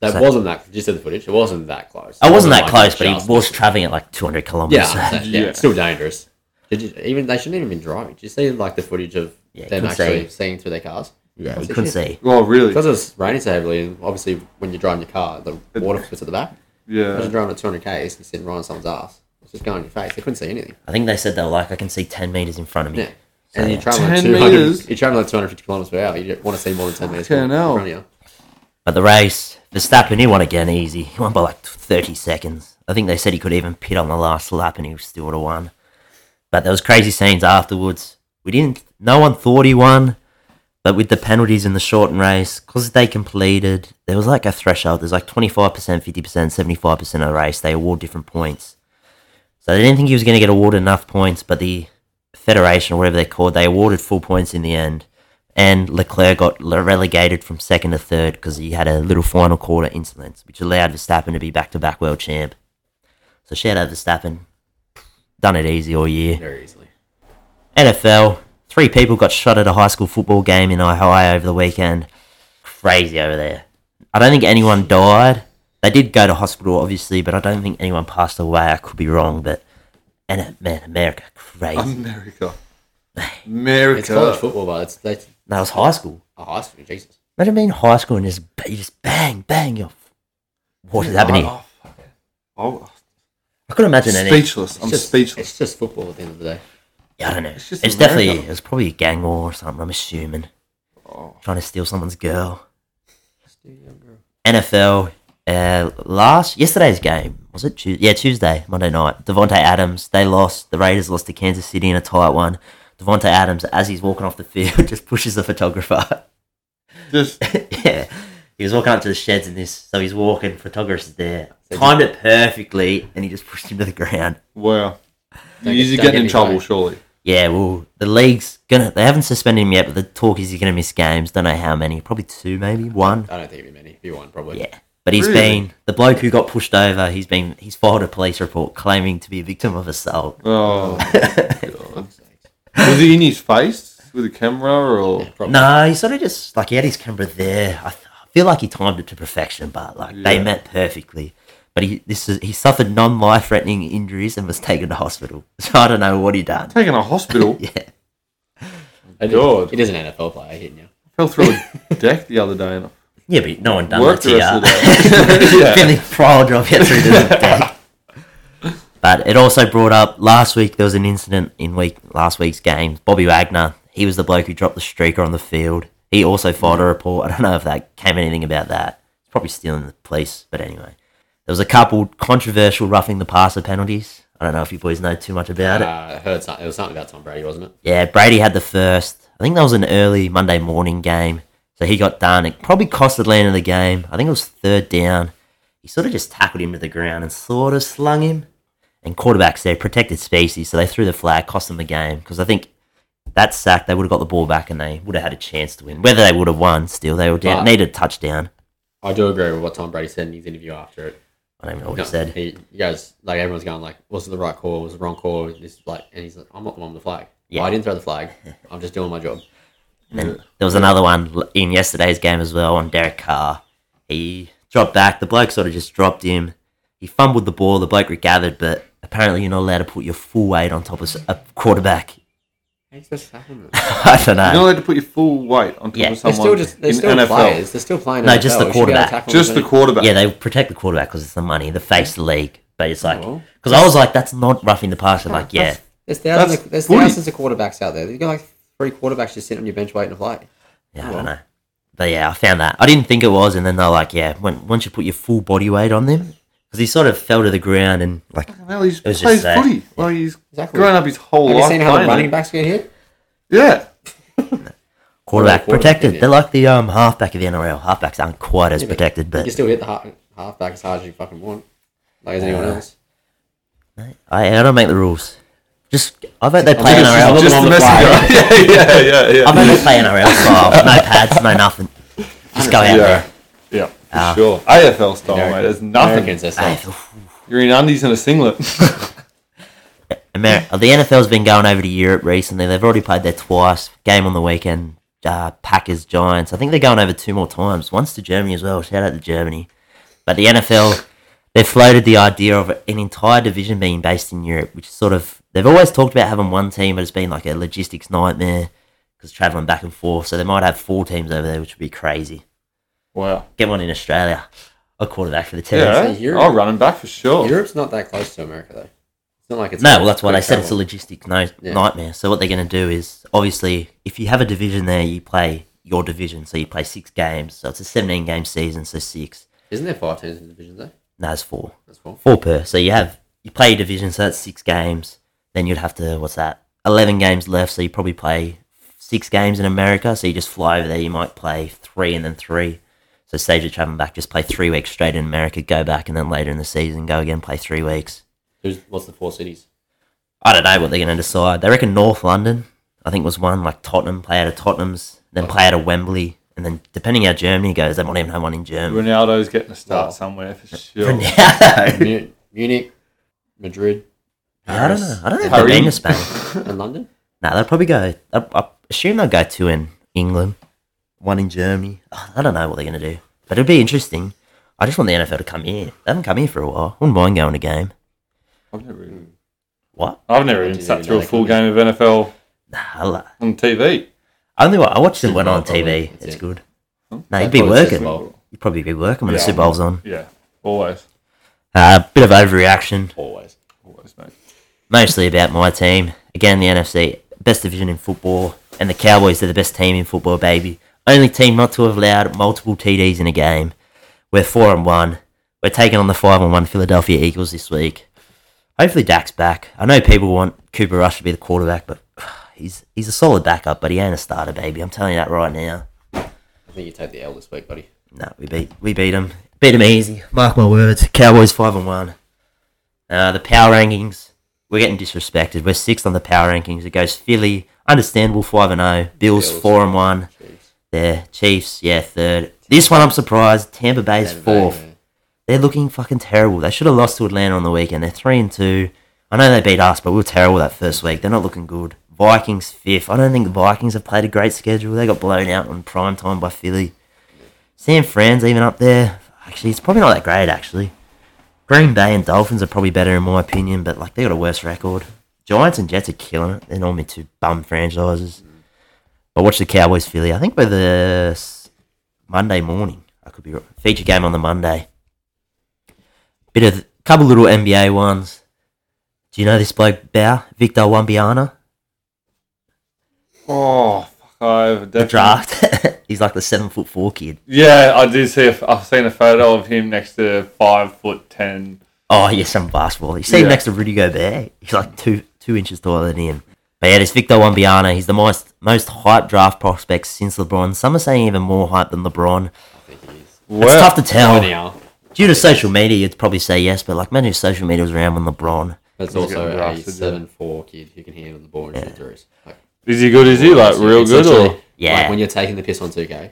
S2: That
S1: So-
S2: wasn't that. You said the footage. It wasn't that close.
S1: I wasn't that
S2: like
S1: close, but
S2: just-
S1: he was traveling at like 200 kilometers.
S2: Yeah, that- yeah,
S3: Yeah.
S2: It's still dangerous. Did you, even they shouldn't even been driving. Did you see like the footage of
S1: Yeah, you
S2: them
S1: couldn't
S2: actually seeing through their cars?
S1: yeah,
S2: That's
S1: you
S2: the
S1: couldn't
S2: shit.
S1: see.
S3: Well, Oh, really?
S2: Because it was raining so heavily, and obviously when you're driving your car, the water puts at the back. Imagine
S3: Yeah.
S2: driving at 200 k's and sitting right on someone's ass. It's just going on your face. They couldn't see anything.
S1: I think they said they were like, I can see 10 meters in front of me.
S2: Yeah. and you're traveling
S3: 10
S2: at 200,
S3: meters?
S2: You're traveling at 250 kilometers per hour. You want to see more than 10 meters.
S3: Fucking
S2: in
S3: hell.
S2: front of you.
S1: But the race, Verstappen, he won again easy. He won by like 30 seconds. I think they said he could even pit on the last lap and he still would have won. But there was crazy scenes afterwards. We didn't, no one thought he won. But with the penalties in the shortened race, because they completed, there was like a threshold. There's like 25%, 50%, 75% of the race. They award different points. So they didn't think he was going to get awarded enough points, but the federation or whatever they're called, they awarded full points in the end. And Leclerc got le- relegated from second to third because he had a little final quarter incident, which allowed Verstappen to be back to back world champ. So shout out Verstappen. Done it easy all year.
S2: Very easily.
S1: NFL, three people got shot at a high school football game in Ohio over the weekend. Crazy over there. I don't think anyone died. They did go to hospital, obviously, but I don't think anyone passed away. I could be wrong, but and uh, man, America, crazy.
S3: Um, America.
S2: It's college
S3: America.
S2: football, but it's that's
S1: that was high school.
S2: a high school. Jesus.
S1: Imagine being in high school and just ba- you just bang bang. You're, what is happening?
S3: Oh, fuck it. Oh,
S1: I couldn't imagine any.
S3: speechless. I'm
S2: It's just-
S3: speechless.
S2: It's just football at the end of the day.
S1: Yeah, I don't know. It's,
S3: just
S1: definitely
S3: America.
S1: it's probably a gang war or something. I'm assuming
S3: Oh.
S1: trying to steal someone's girl. NFL uh, last yesterday's game was it? Tuesday? Yeah, Tuesday, Monday night. Devonte Adams they lost. The Raiders lost to Kansas City in a tight one. Devonte Adams, as he's walking off the field, just pushes the photographer.
S3: Just
S1: yeah, he was walking up to the sheds in this, so he's walking. Photographer's there, timed it perfectly, and he just pushed him to the ground.
S3: wow.
S2: Don't get- don't
S3: You're getting
S2: get
S3: in
S2: me
S3: trouble,
S2: going.
S3: surely.
S1: Yeah, well, the league's gonna. They haven't suspended him yet, but the talk is he's gonna miss games. Don't know how many. Probably two, maybe one.
S2: I don't think it'd be many. It'd be one, probably.
S1: Yeah, but he's
S3: Really?
S1: been the bloke who got pushed over. He's been he's filed a police report claiming to be a victim of assault.
S3: Oh, God.
S2: Fuck's sake.
S3: was he in his face with a camera or?
S2: Yeah, probably.
S1: No, he sort of just like he had his camera there. I, th- I feel like he timed it to perfection, but like they
S3: Yeah.
S1: met perfectly. But he this is he suffered non life threatening injuries and was taken to hospital. So I don't know what he done.
S3: Taking a hospital.
S1: Yeah,
S2: It is-
S3: God.
S2: It is an NFL player hitting you.
S3: Fell through a deck the other day and
S1: yeah, but no one done
S3: worked
S1: that
S3: the
S1: to
S3: rest of
S1: ya.
S3: the day. yeah.
S1: Feeling proud of it through the day. But it also brought up last week there was an incident in week last week's games. Bobby Wagner, he was the bloke who dropped the streaker on the field. He also filed a report. I don't know if that came anything about that. It's probably still in the police, but anyway. There was a couple controversial roughing the passer penalties. I don't know if you boys know too much about it.
S2: Uh, I heard something. It was something about Tom Brady, wasn't it?
S1: Yeah, Brady had the first. I think that was an early Monday morning game. So he got done. It probably cost Atlanta the game. I think it was third down. He sort of just tackled him to the ground and sort of slung him. And quarterbacks, they're protected species, so they threw the flag, cost them the game. Because I think that sack, they would have got the ball back and they would have had a chance to win. Whether they would have won, still, they would down,
S2: But-
S1: needed a touchdown.
S2: I do agree with what Tom Brady said in his interview after it.
S1: I don't even know what
S2: No,
S1: he said.
S2: He, you guys, like everyone's going like, was it the right call? Was it the wrong call? This like, and he's like, I'm not the one with the flag.
S1: Yeah.
S2: I didn't throw the flag. I'm just doing my job.
S1: And there was another one l- in yesterday's game as well on Derek Carr. He dropped back. The bloke sort of just dropped him. He fumbled the ball. The bloke regathered, but apparently you're not allowed to put your full weight on top of s- a quarterback.
S2: How you supposed to tackle them?
S1: I don't
S3: You're not
S1: know.
S3: allowed to put your full weight on top
S1: Yeah.
S3: of
S2: They're
S3: someone
S2: still just they're
S3: in
S2: still
S3: NFL.
S2: players. They're still playing.
S1: No,
S2: NFL.
S1: just the
S2: We should be able to
S1: quarterback.
S2: tackle them
S3: Just the
S2: as many-
S3: quarterback.
S1: Yeah, they protect the quarterback because it's the money, the face of the league. But it's like,
S2: Well.
S1: because I was like, that's not roughing the passer. Like, yeah,
S2: There's thousands.
S3: That's
S2: Of, there's
S3: footy.
S2: thousands of quarterbacks out there. You got like three quarterbacks just sitting on your bench waiting to play.
S1: yeah, I don't know. But yeah, I found that. I didn't think it was, and then they're like, yeah, when, once you put your full body weight on them, because he sort of fell to the ground and like,
S3: Hell, he's
S1: was
S3: plays
S1: just that.
S3: footy. Like he's
S2: Exactly.
S3: grown up his whole
S2: Have you
S3: life.
S2: seen how the
S3: playing
S2: running
S3: it.
S2: backs get hit?
S3: Yeah.
S1: quarterback,
S2: Quarterback,
S1: protected.
S2: yeah.
S1: They're like the um halfback of the NRL. Halfbacks aren't quite as protected,
S2: You
S1: but
S2: still hit the half, halfback as hard as you fucking want, like as anyone else.
S1: I, I don't make the rules. Just I bet they play
S2: it's
S1: NRL.
S2: just-
S1: Just,
S3: Just
S2: on
S3: the
S2: the
S3: messenger. yeah, yeah, yeah,
S1: I
S3: yeah.
S1: bet they play NRL style. No pads, no nothing. Just go out
S3: Yeah,
S1: there.
S3: yeah, for
S1: Ah.
S3: sure. AFL style,
S2: American-
S3: mate. There's nothing.
S2: Americans are
S1: Hey,
S2: soft.
S3: You're in undies and a singlet.
S1: Amer- the NFL's been going over to Europe recently. They've already played there twice. Game on the weekend. Uh, Packers, Giants. I think they're going over two more times. Once to Germany as well. Shout out to Germany. But the NFL, they've floated the idea of an entire division being based in Europe, which is sort of they've always talked about having one team, but it's been like a logistics nightmare because traveling back and forth. So they might have four teams over there, which would be crazy.
S3: wow.
S1: Get one in Australia. A quarterback for the team.
S3: Yeah,
S2: say Europe.
S3: I'll run him back for sure.
S2: Europe's not that close to America though. It's not like it's
S1: No, well, that's why they
S2: quick
S1: said it's a
S2: travel.
S1: logistic no-
S2: Yeah.
S1: nightmare. So what they're going to do is, obviously, if you have a division there, you play your division. So you play six games. So it's a 17 game season, so six.
S2: Isn't there five teams in the division though?
S1: No, it's four.
S2: That's four.
S1: Four per. So you have, you play your division, so that's six games. Then you'd have to, what's that, 11 games left. So you probably play six games in America. So you just fly over there. You might play three and then three. So stage you're traveling back, just play three weeks straight in America, go back, and then later in the season, go again, play three weeks.
S2: Who's what's the four cities?
S1: I don't know what they're going to decide. They reckon North London, I think, was one. Like Tottenham, play out of Tottenham's, then play out of Wembley, and then depending how Germany goes, they might even have one in Germany.
S3: Ronaldo's getting a start
S2: Wow.
S3: somewhere for sure.
S2: Mu- Munich, Madrid,
S1: I don't
S2: Paris,
S1: know. I don't know if they're
S3: Paris.
S1: going to Spain.
S2: and London.
S1: No, they'll probably go. I, I assume they'll go two in England, one in Germany. I don't know what they're going to do, but it'd be interesting. I just want the NFL to come here. They haven't come here for a while. Wouldn't mind going to a game.
S3: I've never, even,
S1: What?
S3: I've never even
S2: didn't
S3: sat
S2: even
S3: through
S2: know
S3: a
S2: they
S3: full
S2: could be-
S3: game of NFL
S1: Nah, I lo-
S3: on TV.
S1: only what I watched it when on
S2: Probably.
S1: TV.
S2: That's
S1: It's
S2: it.
S1: good.
S3: Hmm?
S1: No, you'd
S2: That's
S1: be
S2: probably the
S1: working.
S2: Super Bowl.
S1: You'd probably be working when the
S3: Yeah.
S1: Super Bowl's on.
S3: Yeah, always,
S1: A bit of overreaction,
S2: Always.
S3: always, mate.
S1: mostly about my team. Again, the NFC, best division in football, and the Cowboys are the best team in football, baby. Only team not to have allowed multiple TDs in a game. We're four and one. We're taking on the five and one Philadelphia Eagles this week. Hopefully, Dak's back. I know people want Cooper Rush to be the quarterback, but he's he's a solid backup, but he ain't a starter, baby. I'm telling you that right now.
S2: I think you take the L this week, buddy.
S1: No, we beat we beat them. Beat them easy. Mark my words. Cowboys five and one. Uh, the power rankings. We're getting disrespected. We're sixth on the power rankings. It goes Philly, understandable five and zero. Bills
S2: Bills.
S1: four and one.
S2: Chiefs.
S1: They're Chiefs, yeah, third. This one I'm surprised. Tampa Bay is
S2: Tampa Bay,
S1: fourth.
S2: yeah.
S1: They're looking fucking terrible. They should have lost to Atlanta on the weekend. They're three and two. I know they beat us, but we were terrible that first week. They're not looking good. Vikings fifth. I don't think the Vikings have played a great schedule. They got blown out on prime time by Philly. San Fran's even up there. Actually, it's probably not that great. Actually, Green Bay and Dolphins are probably better in my opinion, but like they got a worse record. Giants and Jets are killing it. They're normally two bum franchises. But watch the Cowboys Philly. I think by the s- Monday morning, I could be wrong. feature game on the Monday bit of couple little NBA ones. Do you know this bloke Bow Victor Wambiana?
S3: Oh, fuck, I've
S1: The
S3: definitely-
S1: draft. He's like the seven foot four kid.
S3: Yeah, I did see. A, I've seen a photo of him next to five foot ten.
S1: Oh yeah, some basketball. You see him
S3: Yeah.
S1: next to Rudy Gobert. He's like two two inches taller than him. But yeah, this Victor Wambiana. He's the most most hyped draft prospect since LeBron. Some are saying even more hype than LeBron.
S2: I think it is.
S1: It's
S3: Well,
S1: tough to tell.
S2: Anyhow,
S1: Due to social media, you'd probably say yes, but like imagine if social media was around when LeBron.
S2: that's
S3: He's
S2: also
S3: getting
S2: a
S3: drafted, yeah.
S2: seven-four kid who can handle the ball and shoot threes. Like,
S3: is he good? Is he like
S2: it's-
S3: real
S2: it's
S3: good or?
S2: literally
S1: Yeah.
S2: Like when you're taking the piss on 2K,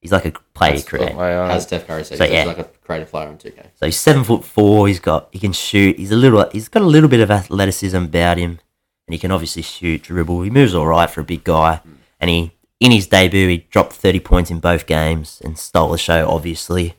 S1: He's like a player creator.
S3: Wow.
S2: as Steph Curry said,
S1: So,
S2: he's
S1: yeah.
S2: like a creative player on 2K.
S1: So he's seven foot four. He's got he can shoot. He's a little. He's got a little bit of athleticism about him, and he can obviously shoot, dribble. He moves all right for a big guy. And he in his debut, he dropped thirty points in both games and stole the show. Obviously,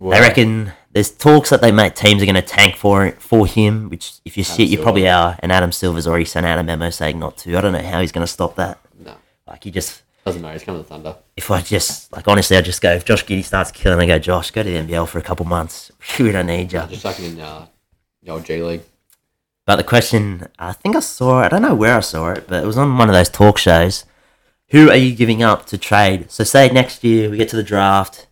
S1: they reckon there's talks that they make teams are going to tank for for him. Which if you shit, you
S2: Silver.
S1: probably are. And Adam Silver's already sent out a memo saying not to. I don't know how he's going to stop that.
S2: No,
S1: Like he just
S2: doesn't matter. He's coming to Thunder.
S1: if I just like honestly, I just go if Josh Giddy starts killing, I go Josh, go to the NBL for a couple months. we don't need you.
S2: Just like in uh, the old G League.
S1: But the question, I think I saw it. I don't know where I saw it, but it was on one of those talk shows. Who are you giving up to trade? So say next year we get to the draft,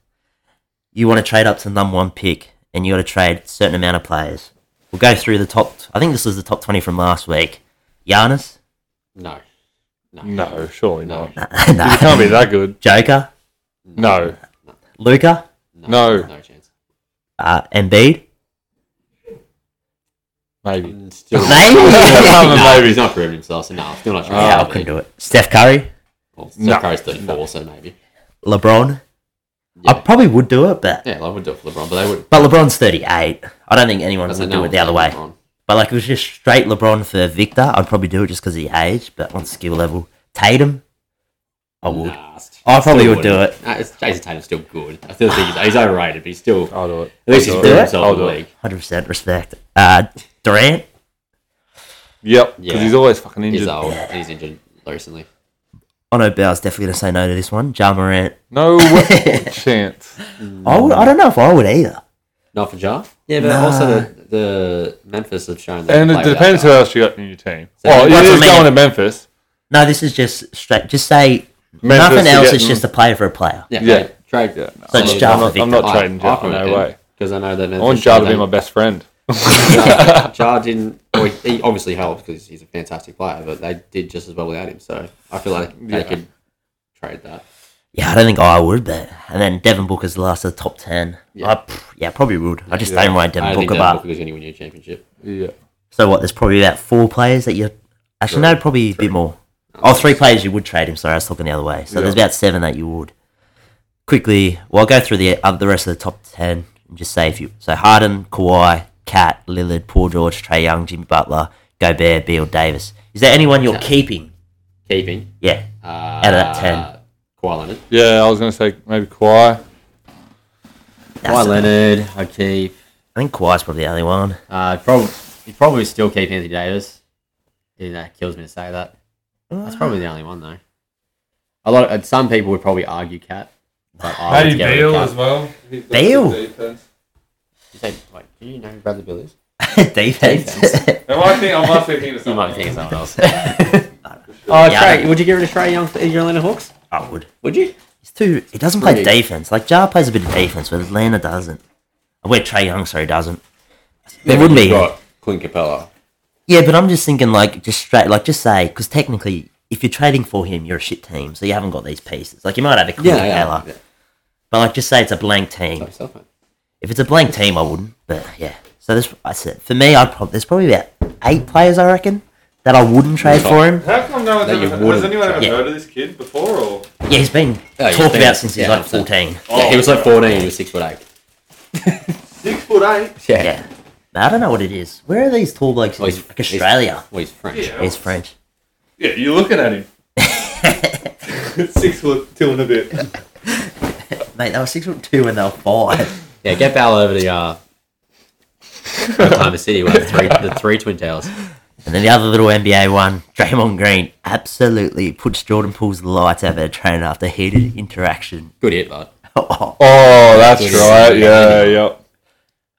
S1: you want to trade up to the number one pick, and you got to trade a certain amount of players. We'll go through the top. I think this was the top twenty from last week. Giannis,
S2: No. No.
S3: No, surely
S2: No.
S3: not. He
S1: no.
S3: can't be that good.
S1: Joker,
S3: No,
S1: Luca,
S2: No.
S3: No.
S2: No chance.
S1: uh, Embiid.
S3: Maybe.
S2: And Still,
S1: Maybe. Oh,
S2: no, maybe he's not proven himself, so no, I'm still not sure.
S1: yeah, I couldn't do it. Steph Curry,
S2: Well, Steph
S3: No.
S2: Curry's 34, so maybe.
S1: LeBron.
S2: Yeah.
S1: I probably would do it, but
S2: Yeah, I would do it for LeBron, but they would.
S1: but LeBron's 38. I don't think anyone
S2: that's
S1: would
S2: no
S1: do it
S2: one's
S1: the other way.
S2: taking LeBron.
S1: But like, if it was just straight LeBron for Victor, I'd probably do it just because he aged. But on skill level, Tatum, I would.
S2: Nah, it's-
S1: I probably
S2: still
S1: would do
S2: wouldn't. Nah, it's, Jason Tatum's still good. I still think he's, he's overrated, but he's still. At
S3: I'll do it.
S2: least he's
S3: I'll
S2: proven
S3: do it.
S2: himself
S3: I'll
S2: in the
S3: do it.
S2: league.
S1: 100% respect. Uh, Durant,
S3: Yep. Because
S2: Yeah.
S3: he's always fucking injured.
S2: He's old. and He's injured recently.
S1: I know Bow's definitely going to say no to this one. Ja Morant.
S3: No way- chance.
S1: I, would, I don't know if I would either.
S2: Not for Ja. Yeah, but also the, the Memphis have shown that.
S3: And
S2: they
S3: it
S2: play
S3: depends who
S2: without
S3: else you got in your team.
S2: So that's
S3: well, it
S1: what
S3: is
S1: I mean.
S3: going to Memphis.
S1: No, this is just straight. Just say
S3: Memphis
S1: nothing
S3: to
S1: else.
S3: get
S1: It's
S3: them.
S1: just a player for a player.
S2: Ja.
S3: Yeah.
S2: Yeah, trade.
S3: Yeah,
S2: trade.
S3: no.
S1: So it's Ja, not
S3: I'm
S1: Victor.
S3: not trading Ja. No way.
S2: Because I know that
S3: I want Ja to be my best friend.
S2: Ja, Ja didn't. Well, he he obviously helps because he's a fantastic player, but they did just as well without him. So I feel like they
S3: Yeah.
S2: could trade that.
S1: Yeah, I don't think I would, but and then Devin Booker's the last of the top ten.
S2: Yeah.
S1: I, pff, yeah, probably would. I just
S3: Yeah.
S1: don't mind
S2: I
S1: Devin
S2: don't think
S1: Booker,
S2: Devin
S1: but
S2: Booker's going to win you a championship.
S3: Yeah.
S1: so what? There's probably about four players that you actually no, probably a bit more. Oh, three players you would trade him. Sorry, I was looking the other way. So there's about seven that you would. Quickly, well, I'll go through the uh, the rest of the top ten and just say if you so Harden, Kawhi, Cat, Lillard, Paul George, Trey Young, Jimmy Butler, Gobert, Beal, Davis. Is there anyone you're keeping?
S2: Keeping.
S1: Yeah,
S2: Uh,
S1: of that 10.
S2: Kawhi Leonard.
S3: Yeah, I was going to say maybe Kawhi.
S1: that's it.
S2: Leonard. I keep.
S1: I think Kawhi's probably the only one.
S2: Uh, probably you probably still keep Anthony Davis. Even that kills me to say that. That's probably the only one though. A lot. Of, and some people would probably argue Cat, but I would Oh, get rid of Cat.
S3: well.
S1: Beal?
S2: You say, like, do you know who Bradley Bill is?
S1: Defense.
S3: I might think I might be thinking of
S2: You might think of someone else. Oh,
S1: Yeah, I
S2: Trey,
S1: don't-
S2: would you get rid of Trey Young for the Atlanta Hawks?
S1: I would.
S2: Would you?
S1: He's too. He doesn't play
S2: Three.
S1: defense. Like Jar plays a bit of defense, but Atlanta doesn't. Where Trey Young, sorry, doesn't. There wouldn't be.
S2: Clint Capella.
S1: Yeah, but I'm just thinking like just straight like just say because technically, if you're trading for him, you're a shit team, so you haven't got these pieces. Like you might have a clear
S2: Yeah,
S1: yeah,
S2: yeah.
S1: but like just say it's a blank team.
S2: Yourself, mate.
S1: If it's a blank team, I wouldn't. But yeah, so that's that's it for me. I'd probably there's probably about eight players I reckon that I wouldn't trade for him.
S3: How come no one's
S2: That ever- you has wouldn't anyone ever
S1: Yeah. heard
S3: of this kid before? Or
S1: Yeah, he's been
S2: Yeah, he's
S1: talked
S2: Oh, been-
S1: about since he's
S2: yeah,
S1: like
S2: I'm saying.
S1: 14.
S2: Yeah, he was
S3: Oh,
S2: like 14. He was six foot eight.
S3: six foot eight?
S1: Yeah. I don't know what it is. Where are these tall blokes? in,
S2: Well, Oh, he's-
S1: like Australia.
S2: Well, he's French.
S1: He's, French.
S3: Yeah, you're looking at him. six foot two and a bit.
S1: Mate, they were six foot two when they were five.
S2: Yeah, get Bal over to uh, Oklahoma City. One of the three, the three twin towers.
S1: and then the other little NBA one, Draymond Green, absolutely puts Jordan Poole's lights out of their train after heated interaction.
S2: Good hit, bud.
S1: Oh,
S3: Oh, that's
S2: Good.
S3: right. Yeah, yeah.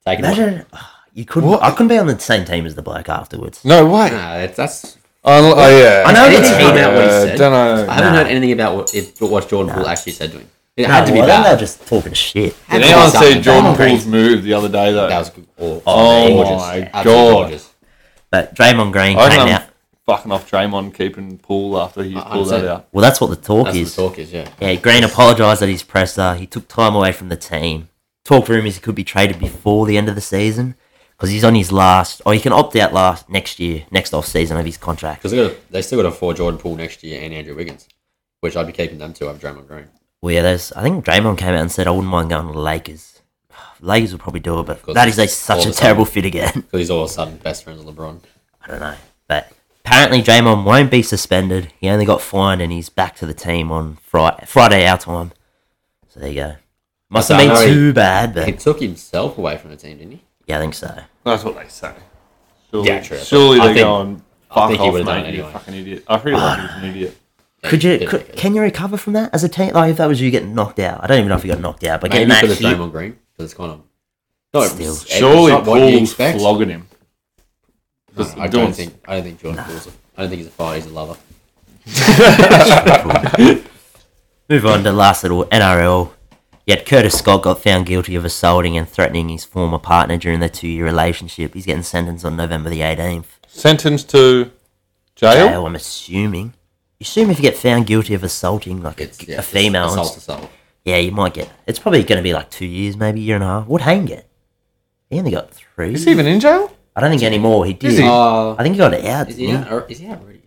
S2: Taking it.
S1: imagine you couldn't. I couldn't be on the same team as the bloke afterwards.
S3: No way.
S2: Nah, that's, that's
S3: Oh, oh, yeah.
S1: I know
S2: I
S1: it's
S2: didn't
S1: him.
S2: hear about what he
S3: Uh,
S2: said.
S3: don't know.
S2: I haven't
S1: Nah.
S2: heard anything about what, if, what Jordan Poole actually said to him. It had to be
S1: Well, then They're
S2: bad.
S1: just talking shit.
S2: Had
S3: Did
S2: to be
S3: anyone
S2: something
S3: see Jordan
S2: bad.
S3: Poole's move the other day though?
S2: That was good. Oh,
S1: Oh
S2: gorgeous.
S3: my
S2: Absolutely
S3: God.
S2: gorgeous.
S1: But Draymond Green
S3: I
S1: came
S3: reckon
S1: out.
S3: I'm fucking off Draymond keeping Poole after he
S2: I-
S3: pulled that
S2: 100%.
S3: out.
S1: Well, that's what the talk
S2: That's what
S1: is.
S2: the talk is, yeah.
S1: Yeah, Green apologised at his presser. He took time away from the team. Talk rumours he could be traded before the end of the season because he's on his last, or he can opt out last next year, next off season of his contract.
S2: Because they, gotta- they still got to afford Jordan Poole next year and Andrew Wiggins, which I'd be keeping them too. I've Draymond Green.
S1: Well, yeah, there's. I think Draymond came out and said, "I wouldn't mind going to the Lakers." Lakers would probably do it, but that is a,
S2: all
S1: such a
S2: of a
S1: terrible fit again.
S2: Because he's all of a sudden best friends with LeBron.
S1: I don't know, but apparently Draymond won't be suspended. He only got fined, and he's back to the team on Friday, Friday our time. So there you go. Mustn't
S2: So I
S1: been
S2: know he-
S1: too bad,
S2: He
S1: but
S2: took himself away from the team, didn't he?
S1: yeah, I think so.
S3: That's what they say. Surely,
S2: Yeah, true.
S3: surely
S2: I
S3: they're
S2: think-
S3: going,
S2: I
S3: fuck
S2: think he
S3: off,
S2: would've
S3: mate,
S2: done it
S3: you
S2: anyway.
S3: fucking idiot. I feel like he's an idiot.
S2: Yeah,
S1: Could
S2: he
S1: you
S2: did
S1: could,
S2: make it.
S1: can you recover from that as a team? Like if that was you getting knocked out, I don't even know if you got knocked out, but
S2: Maybe
S1: getting
S2: because
S1: that
S2: of
S1: hit,
S2: Draymond Green. Because it's kind of. No, it's-
S1: Still.
S2: it's
S3: Surely
S2: not what you
S3: Poole's
S2: expect.
S3: flogging him.
S2: No,
S3: Just
S2: I
S3: doing-
S2: don't think. I don't think Jordan Poole's. I don't think he's a fighter. He's a lover.
S1: move on to last little NRL. Yet Curtis Scott got found guilty of assaulting and threatening his former partner during their two-year relationship. He's getting sentenced on November the eighteenth.
S3: Sentenced to jail?
S1: Jail, I'm assuming. You assume if you get found guilty of assaulting like
S2: It's
S1: a,
S2: yeah,
S1: a female,
S2: It's
S1: and-
S2: assault, assault.
S1: yeah, you might get. It's probably going to be like two years, maybe a year and a half. What'd Hayne get? He only got three.
S3: Is he even in jail?
S1: I don't think anymore. He did.
S3: he?
S2: Oh,
S1: I think he got it out.
S2: is he
S1: didn't
S2: out? Or is he out already?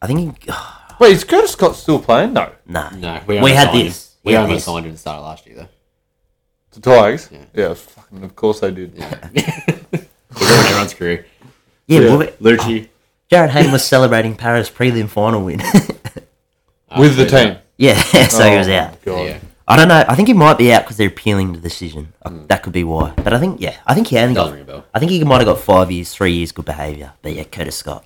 S1: I think he,
S3: Wait, is Curtis Scott still playing? No.
S1: nah.
S2: No,
S1: We
S2: almost
S1: had
S2: signed
S1: this.
S2: Him. We
S1: We had
S2: almost
S1: this.
S2: signed him at the start of last year,
S3: The Tigers?
S2: Yeah.
S3: Yeah, fucking, of course they did.
S2: though. we ruined everyone's career.
S1: Yeah,
S3: Yeah.
S1: well,
S2: Lucci.
S1: Jared Hayne was celebrating Paris prelim final win.
S3: With the team.
S1: yeah, so he was
S3: Oh,
S1: out.
S3: God.
S2: Uh, Yeah.
S1: I don't know. I think he might be out because they're appealing the decision. Uh, That could be why. But I think yeah, I think he only
S2: Hmm. Doesn't
S1: got.
S2: ring a bell.
S1: I think he might have got five years, three years good behaviour. But yeah, Curtis Scott.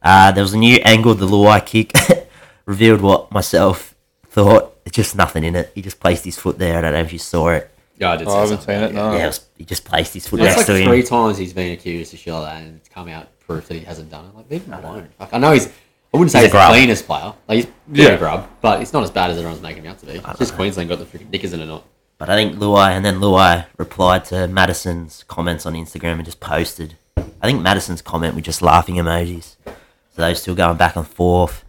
S1: Uh, there was a new angle, the Luai kick, revealed what myself thought. It's just nothing in it. He just placed his foot there. I don't know if you saw it.
S2: Yeah, I did.
S3: Oh,
S2: say
S3: I haven't
S2: something
S3: seen
S2: about
S3: it, no.
S1: Yeah, it was, he just placed his foot
S2: That's
S1: next
S2: like
S1: to
S2: three
S1: him.
S2: times he's been accused of shit like that, and it's come out proof that he hasn't done it. Like leave him alone. Like, I know he's. I wouldn't say
S1: He's a
S2: he's, the
S1: grub.
S2: cleanest player. Like he's yeah.
S3: Yeah.
S2: a grub, but it's not as bad as everyone's making him out to be. It's just Queensland got the freaking knickers in it. Not.
S1: But I think Luai and then Luai replied to Madison's comments on Instagram and just posted. I think Madison's comment with just laughing emojis. So those two going back and forth.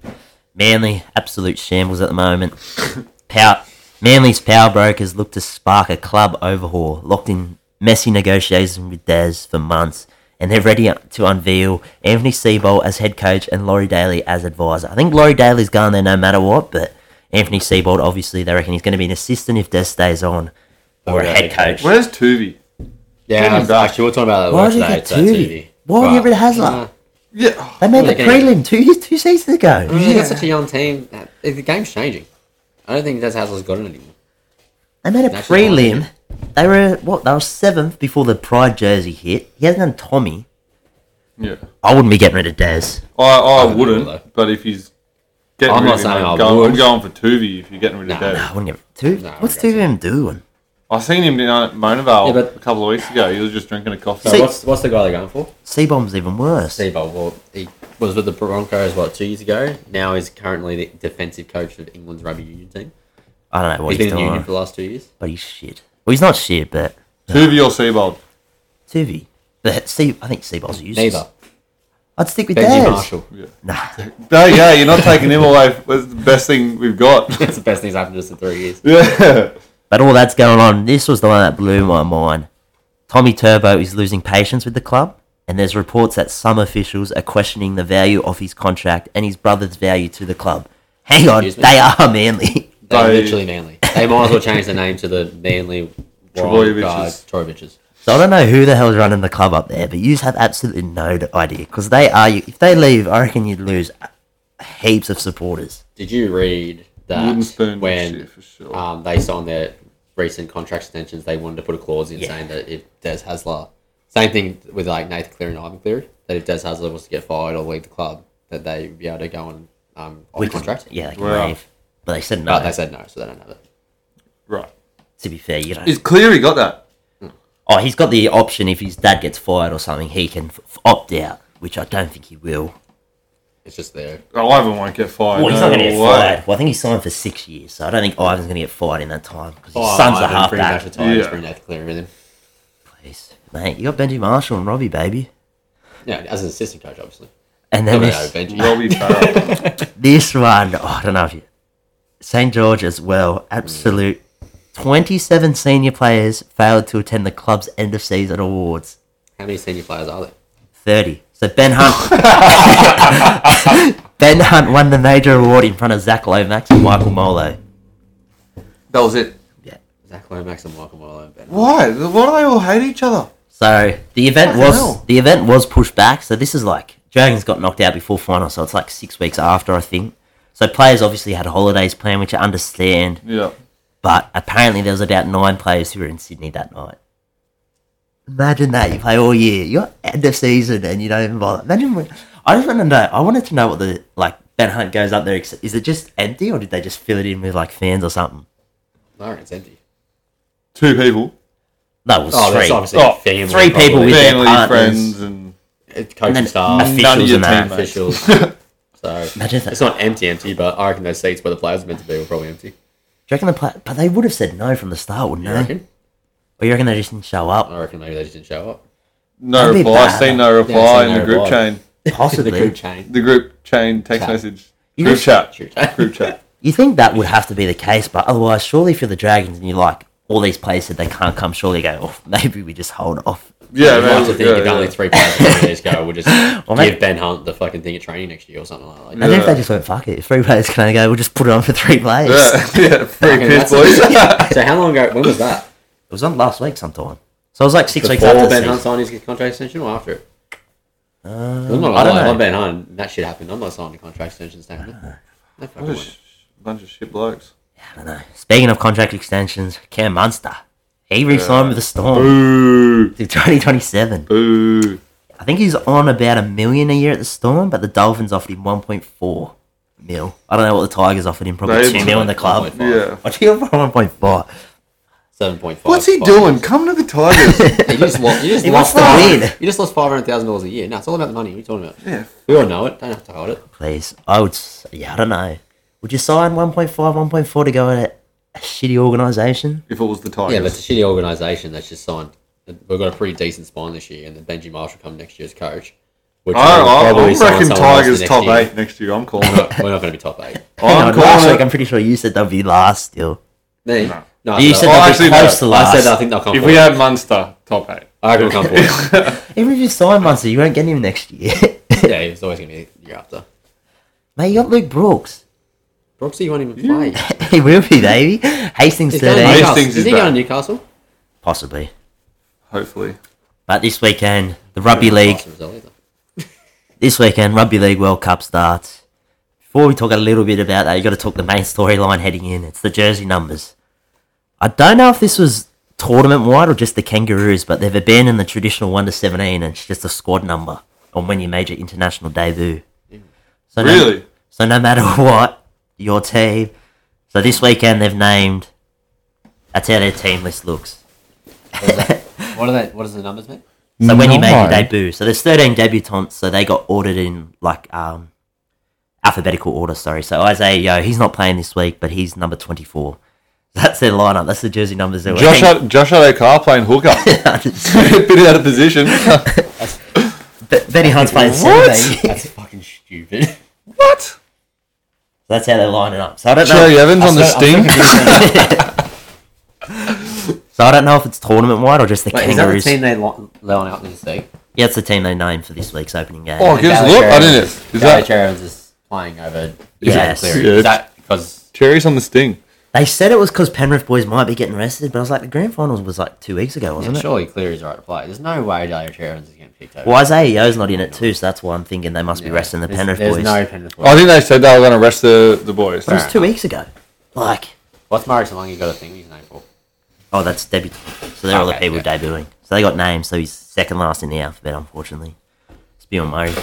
S1: Manly, absolute shambles at the moment. Power, Manly's power brokers look to spark a club overhaul, locked in messy negotiations with Daz for months, and they're ready to unveil Anthony Seabold as head coach and Laurie Daly as advisor. I think Laurie Daly's going there no matter what, but Anthony Seabold, obviously, they reckon he's going to be an assistant if Daz stays on, or a
S2: yeah,
S1: head
S2: head coach.
S1: coach.
S3: Where's Tuvi?
S2: Yeah,
S3: I was-
S2: actually, we we're talking about that
S1: Why
S2: work
S1: did you
S2: today.
S1: get
S2: It's that TV.
S1: Tuvi? Why
S2: But-
S1: did you Hazler?
S2: Nah.
S3: Yeah.
S1: They made the
S2: Yeah.
S1: prelim two years, two seasons ago.
S2: They've got such a young team. that- The game's changing. I don't think Des Hazler's got it anymore.
S1: They made a
S2: That's just what I
S1: prelim. They were what? They were seventh before the Pride jersey hit. He hasn't done Tommy.
S3: Yeah.
S1: I wouldn't be getting rid of Daz.
S3: I, I
S2: don't know, though.
S3: wouldn't, but if he's getting
S2: I'm
S3: rid
S2: not
S3: of him,
S2: saying I
S3: I'm, going,
S2: would.
S3: I'm going for Tuvi if you're getting rid of
S2: Nah,
S3: Dave.
S1: I wouldn't get two.
S2: No, I
S1: what's
S2: wouldn't
S1: two
S2: go
S1: of them doing?
S3: I seen him down at Monavale
S2: Yeah, but-
S3: a couple of weeks ago. He was just drinking a coffee.
S2: So
S1: See-
S2: what's what's the guy they're going for?
S1: C bomb's even worse.
S2: Sebo. Well, he was with the Broncos what two years ago. Now he's currently the defensive coach of England's rugby union team.
S1: I don't know what
S2: He's
S1: he's,
S2: been in
S1: doing,
S2: union for the last two years.
S1: but he's shit. Well, he's not shit, but
S3: Tuvi or Seabold?
S1: Tuvi. But C, I think Seabomb's useless.
S2: Neither.
S1: I'd stick with
S2: Benji
S1: Daz.
S2: Marshall.
S3: Yeah.
S1: Nah,
S3: No, yeah, you're not taking him away. That's the best thing we've got.
S2: That's the best thing's happened to us in three years.
S3: yeah.
S1: but all that's going on. This was the one that blew my mind. Tommy Turbo is losing patience with the club, and there's reports that some officials are questioning the value of his contract and his brother's value to the club. Hang on,
S2: Excuse me?
S1: they are manly.
S2: They're
S3: They-
S2: literally manly. They might as well change the name to the Manly
S3: Troy Bitches.
S2: Troyviches.
S1: So I don't know who the hell's running the club up there, but you have absolutely no idea because they are. If they leave, I reckon you'd lose heaps of supporters.
S2: Did you read
S3: Wooden spoon
S2: that when
S3: shit for sure.
S2: um, they signed their recent contract extensions, they wanted to put a clause in
S1: Yeah.
S2: saying that if Des Hasler, same thing with like Nathan Cleary and Ivan Cleary, that if Des Hasler was to get fired or leave the club, that they would be able to go on um, off
S1: Which-
S2: contract. oh,
S1: Yeah, they can
S3: Wow.
S1: leave, but they said no.
S2: But they said no, so they don't have it.
S3: right.
S1: to be fair, you don't.
S3: Is Cleary got that?
S1: oh, he's got the option if his dad gets fired or something, he can f- f- opt out, which I don't think he will.
S2: It's just there.
S3: Oh, Ivan won't get fired.
S1: Well, he's not
S3: no
S1: going to get
S3: way.
S1: fired. Well, I think he's signed for six years, so I don't think Ivan's going to get fired in that time because his son's a
S2: half Oh, Pretty much
S1: halfback.
S2: retired. Just
S3: Yeah.
S2: bring Nathan Cleary with him.
S1: Please, mate, you got Benji Marshall and Robbie, baby,
S2: Yeah, as an assistant coach, obviously.
S1: and
S2: Not
S1: then
S2: really,
S1: this,
S2: Benji.
S3: Robbie Farrell.
S1: this one, oh, I don't know if you. St. George as well, absolute. 27 senior players failed to attend the club's end of season awards.
S2: How many senior players are there?
S1: 30. So Ben Hunt. ben Hunt won the major award in front of Zach Lomax and Michael Molo.
S3: that was it.
S1: Yeah.
S2: Zach Lomax and Michael Milo and Ben.
S3: Why? Why do they all hate each other?
S1: So the event
S3: Fucking
S1: was
S3: hell.
S1: the event was pushed back. So this is like Dragons got knocked out before final, so it's like six weeks after I think. So players obviously had holidays planned, which I understand.
S3: Yeah.
S1: But apparently there was about nine players who were in Sydney that night. Imagine that you play all year, you're end of season, and you don't even bother. Imagine when, I just want to know. I wanted to know what the like Ben Hunt goes up there. ex- Is it just empty, or did they just fill it in with like fans or something?
S2: No, it's empty.
S3: Two people.
S1: No, it was
S2: Oh,
S1: three.
S2: that's obviously
S3: Oh,
S2: family.
S1: three people
S2: probably.
S1: With their
S3: Family,
S1: partners.
S3: friends, and
S2: It's
S1: And
S2: coaching
S1: then
S2: staff,
S3: none of
S1: officials
S3: your
S1: and that.
S3: teammates.
S2: officials. so
S1: Imagine that.
S2: it's not empty, empty, but I reckon those seats where the players are meant to be were probably empty.
S1: Do you reckon the play- but they would have said no from the start, wouldn't
S2: I
S1: they?
S2: reckon.
S1: Or you reckon they just didn't show up?
S2: I reckon maybe they just didn't show up.
S3: no
S1: That'd be
S3: reply.
S1: bad.
S3: See no reply
S2: seen
S3: in
S2: no
S3: the group
S2: reply.
S3: chain.
S2: the
S1: Possibly.
S2: group chain.
S3: The group chain text
S2: Chat.
S3: message.
S1: You
S3: Group
S1: just-
S3: chat.
S2: Group chat.
S3: Group chat.
S1: you think that would have to be the case, but otherwise, surely if you're the Dragons and you like all these players said they can't come, surely you go, oh, maybe we just hold off.
S3: Yeah,
S2: Everyone's
S3: man.
S2: a thing,
S3: yeah,
S2: if
S3: yeah.
S2: only three players from the East go, we'll just give
S1: mate-
S2: Ben Hunt the fucking thing at training next year or something like that.
S1: I think if they just went, fuck it, three players can only go, we'll just put it on for three players.
S3: Yeah, yeah, free
S2: Okay,
S3: piss,
S2: that's-
S3: boys.
S2: so how long ago? When was that?
S1: It was on last week sometime. So it was like six weeks
S2: Before
S1: after the
S2: Ben Hunt
S1: season.
S2: signed his contract extension or after it?
S3: Uh,
S2: I'm not
S1: I
S2: gonna
S1: don't
S2: lie, if
S1: know.
S2: I'm Ben Hunt. That shit happened. I'm not signing a contract extension statement.
S3: Uh-huh.
S2: No fucking way.
S3: Bunch of shit blokes.
S1: I don't know. Speaking of contract extensions, Cam Munster. He re-signed with the Storm
S3: Boo.
S1: to 2027.
S3: Boo.
S1: I think he's on about a million a year at the Storm, but the Dolphins offered him 1.4 mil. I don't know what the Tigers offered him, probably
S3: They-
S1: 2 mil in the club.
S2: 1.5.
S3: Yeah.
S1: I think for 1.5.
S2: Seven point five.
S3: What's he doing? Coming to the Tigers.
S2: You just lost. You just
S1: He
S2: lost.
S1: wants to win.
S2: You just lost five hundred thousand dollars a year. No, it's all about the money. What are you talking about?
S3: Yeah.
S2: We all know it. Don't have to hide it.
S1: Please. I would, s- yeah, I don't know. Would you sign 1.5, 1.4 to go at a, a shitty organisation?
S3: if it was the
S2: Yeah, but
S3: Tigers.
S2: it's a shitty organisation that's just signed. We've got a pretty decent spine this year, and then Benji Marsh will come next year as coach. Which will
S3: I, I, I
S2: probably sign
S3: reckon
S2: someone else
S3: Tigers
S2: next
S3: top
S2: year.
S3: eight next year. I'm calling it.
S2: We're not going to be top eight.
S1: Hang
S3: I'm
S1: on, last week,
S3: calling
S1: I'm
S3: it.
S1: pretty sure you said they'll be last still.
S2: No, no,
S1: You
S2: I-
S1: said
S3: Oh,
S1: they'll
S3: actually,
S1: be
S3: no.
S1: close to
S2: I
S1: last.
S2: said I think they'll come.
S3: If
S2: fourth.
S3: we had Munster, top eight.
S2: I reckon we'll come fourth.
S1: Even if you sign Munster, you won't get him next year.
S2: yeah, it's always going to be the year after.
S1: Mate, you got Luke Brooks.
S2: Brooksy won't even play.
S1: he will be, baby. Hastings
S2: He's going
S1: 13.
S2: to Newcastle.
S3: Hastings
S2: Is he
S3: is
S2: going to Newcastle?
S1: Possibly.
S3: Hopefully.
S1: But this weekend, the Rugby League,
S2: Newcastle result either.
S1: this weekend, Rugby League World Cup starts. Before we talk a little bit about that, you got to talk the main storyline heading in. It's the jersey numbers. I don't know if this was tournament wide or just the Kangaroos, but they've abandoned the traditional 1 to 17 and it's just a squad number on when you made your international debut. So no-
S3: Really?
S1: So no matter what, your team. So this weekend they've named. That's how their team list looks.
S2: What is that? What are they? What does the numbers mean?
S1: So when you make your
S4: No.
S1: debut, so there's 13 debutants, so they got ordered in like um, alphabetical order. Sorry, so Isaiah Yo, he's not playing this week, but he's number 24. That's their lineup. That's the jersey numbers they're
S3: Josh,
S1: wearing.
S3: had, Josh had car playing hooker. Bit out of position.
S1: Be- Benny Hunt's playing
S3: What?
S1: seven. baby.
S2: That's fucking stupid.
S3: what?
S1: That's how they're lining up. So I don't know.
S3: Cherry Evans on the sting.
S1: So I don't know if it's tournament wide or just the
S2: Wait, is that the
S1: Kangaroos.
S2: team they lo- line out in this league?
S1: Yeah, it's the team they named for this week's opening game.
S3: Oh, give us a look. I didn't. Is that
S2: Evans is playing over
S1: Yes.
S2: Cleary.
S3: Yeah.
S2: Is that because
S3: Cherry's on the sting?
S1: They said it was because Penrith boys might be getting rested, but I was like, the grand finals was like two weeks ago,
S2: yeah,
S1: wasn't it?
S2: surely Cleary's right to play? There's no way Dario Evans is getting picked over.
S1: Well, Isaiah Yo's not in it too, so that's why I'm thinking they must be
S2: Yeah.
S1: resting the
S2: There's-
S1: Penrith
S2: there's
S1: boys.
S2: no Penrith boys.
S3: I think they said they were going to arrest the, the boys.
S1: It was two weeks ago. Like,
S2: What's Murray Salongi got a thing he's known for?
S1: oh, that's debut. So they're all the
S2: Okay,
S1: people
S2: yeah.
S1: debuting. So they got names. So he's second last in the alphabet, unfortunately. It's Bill Murray.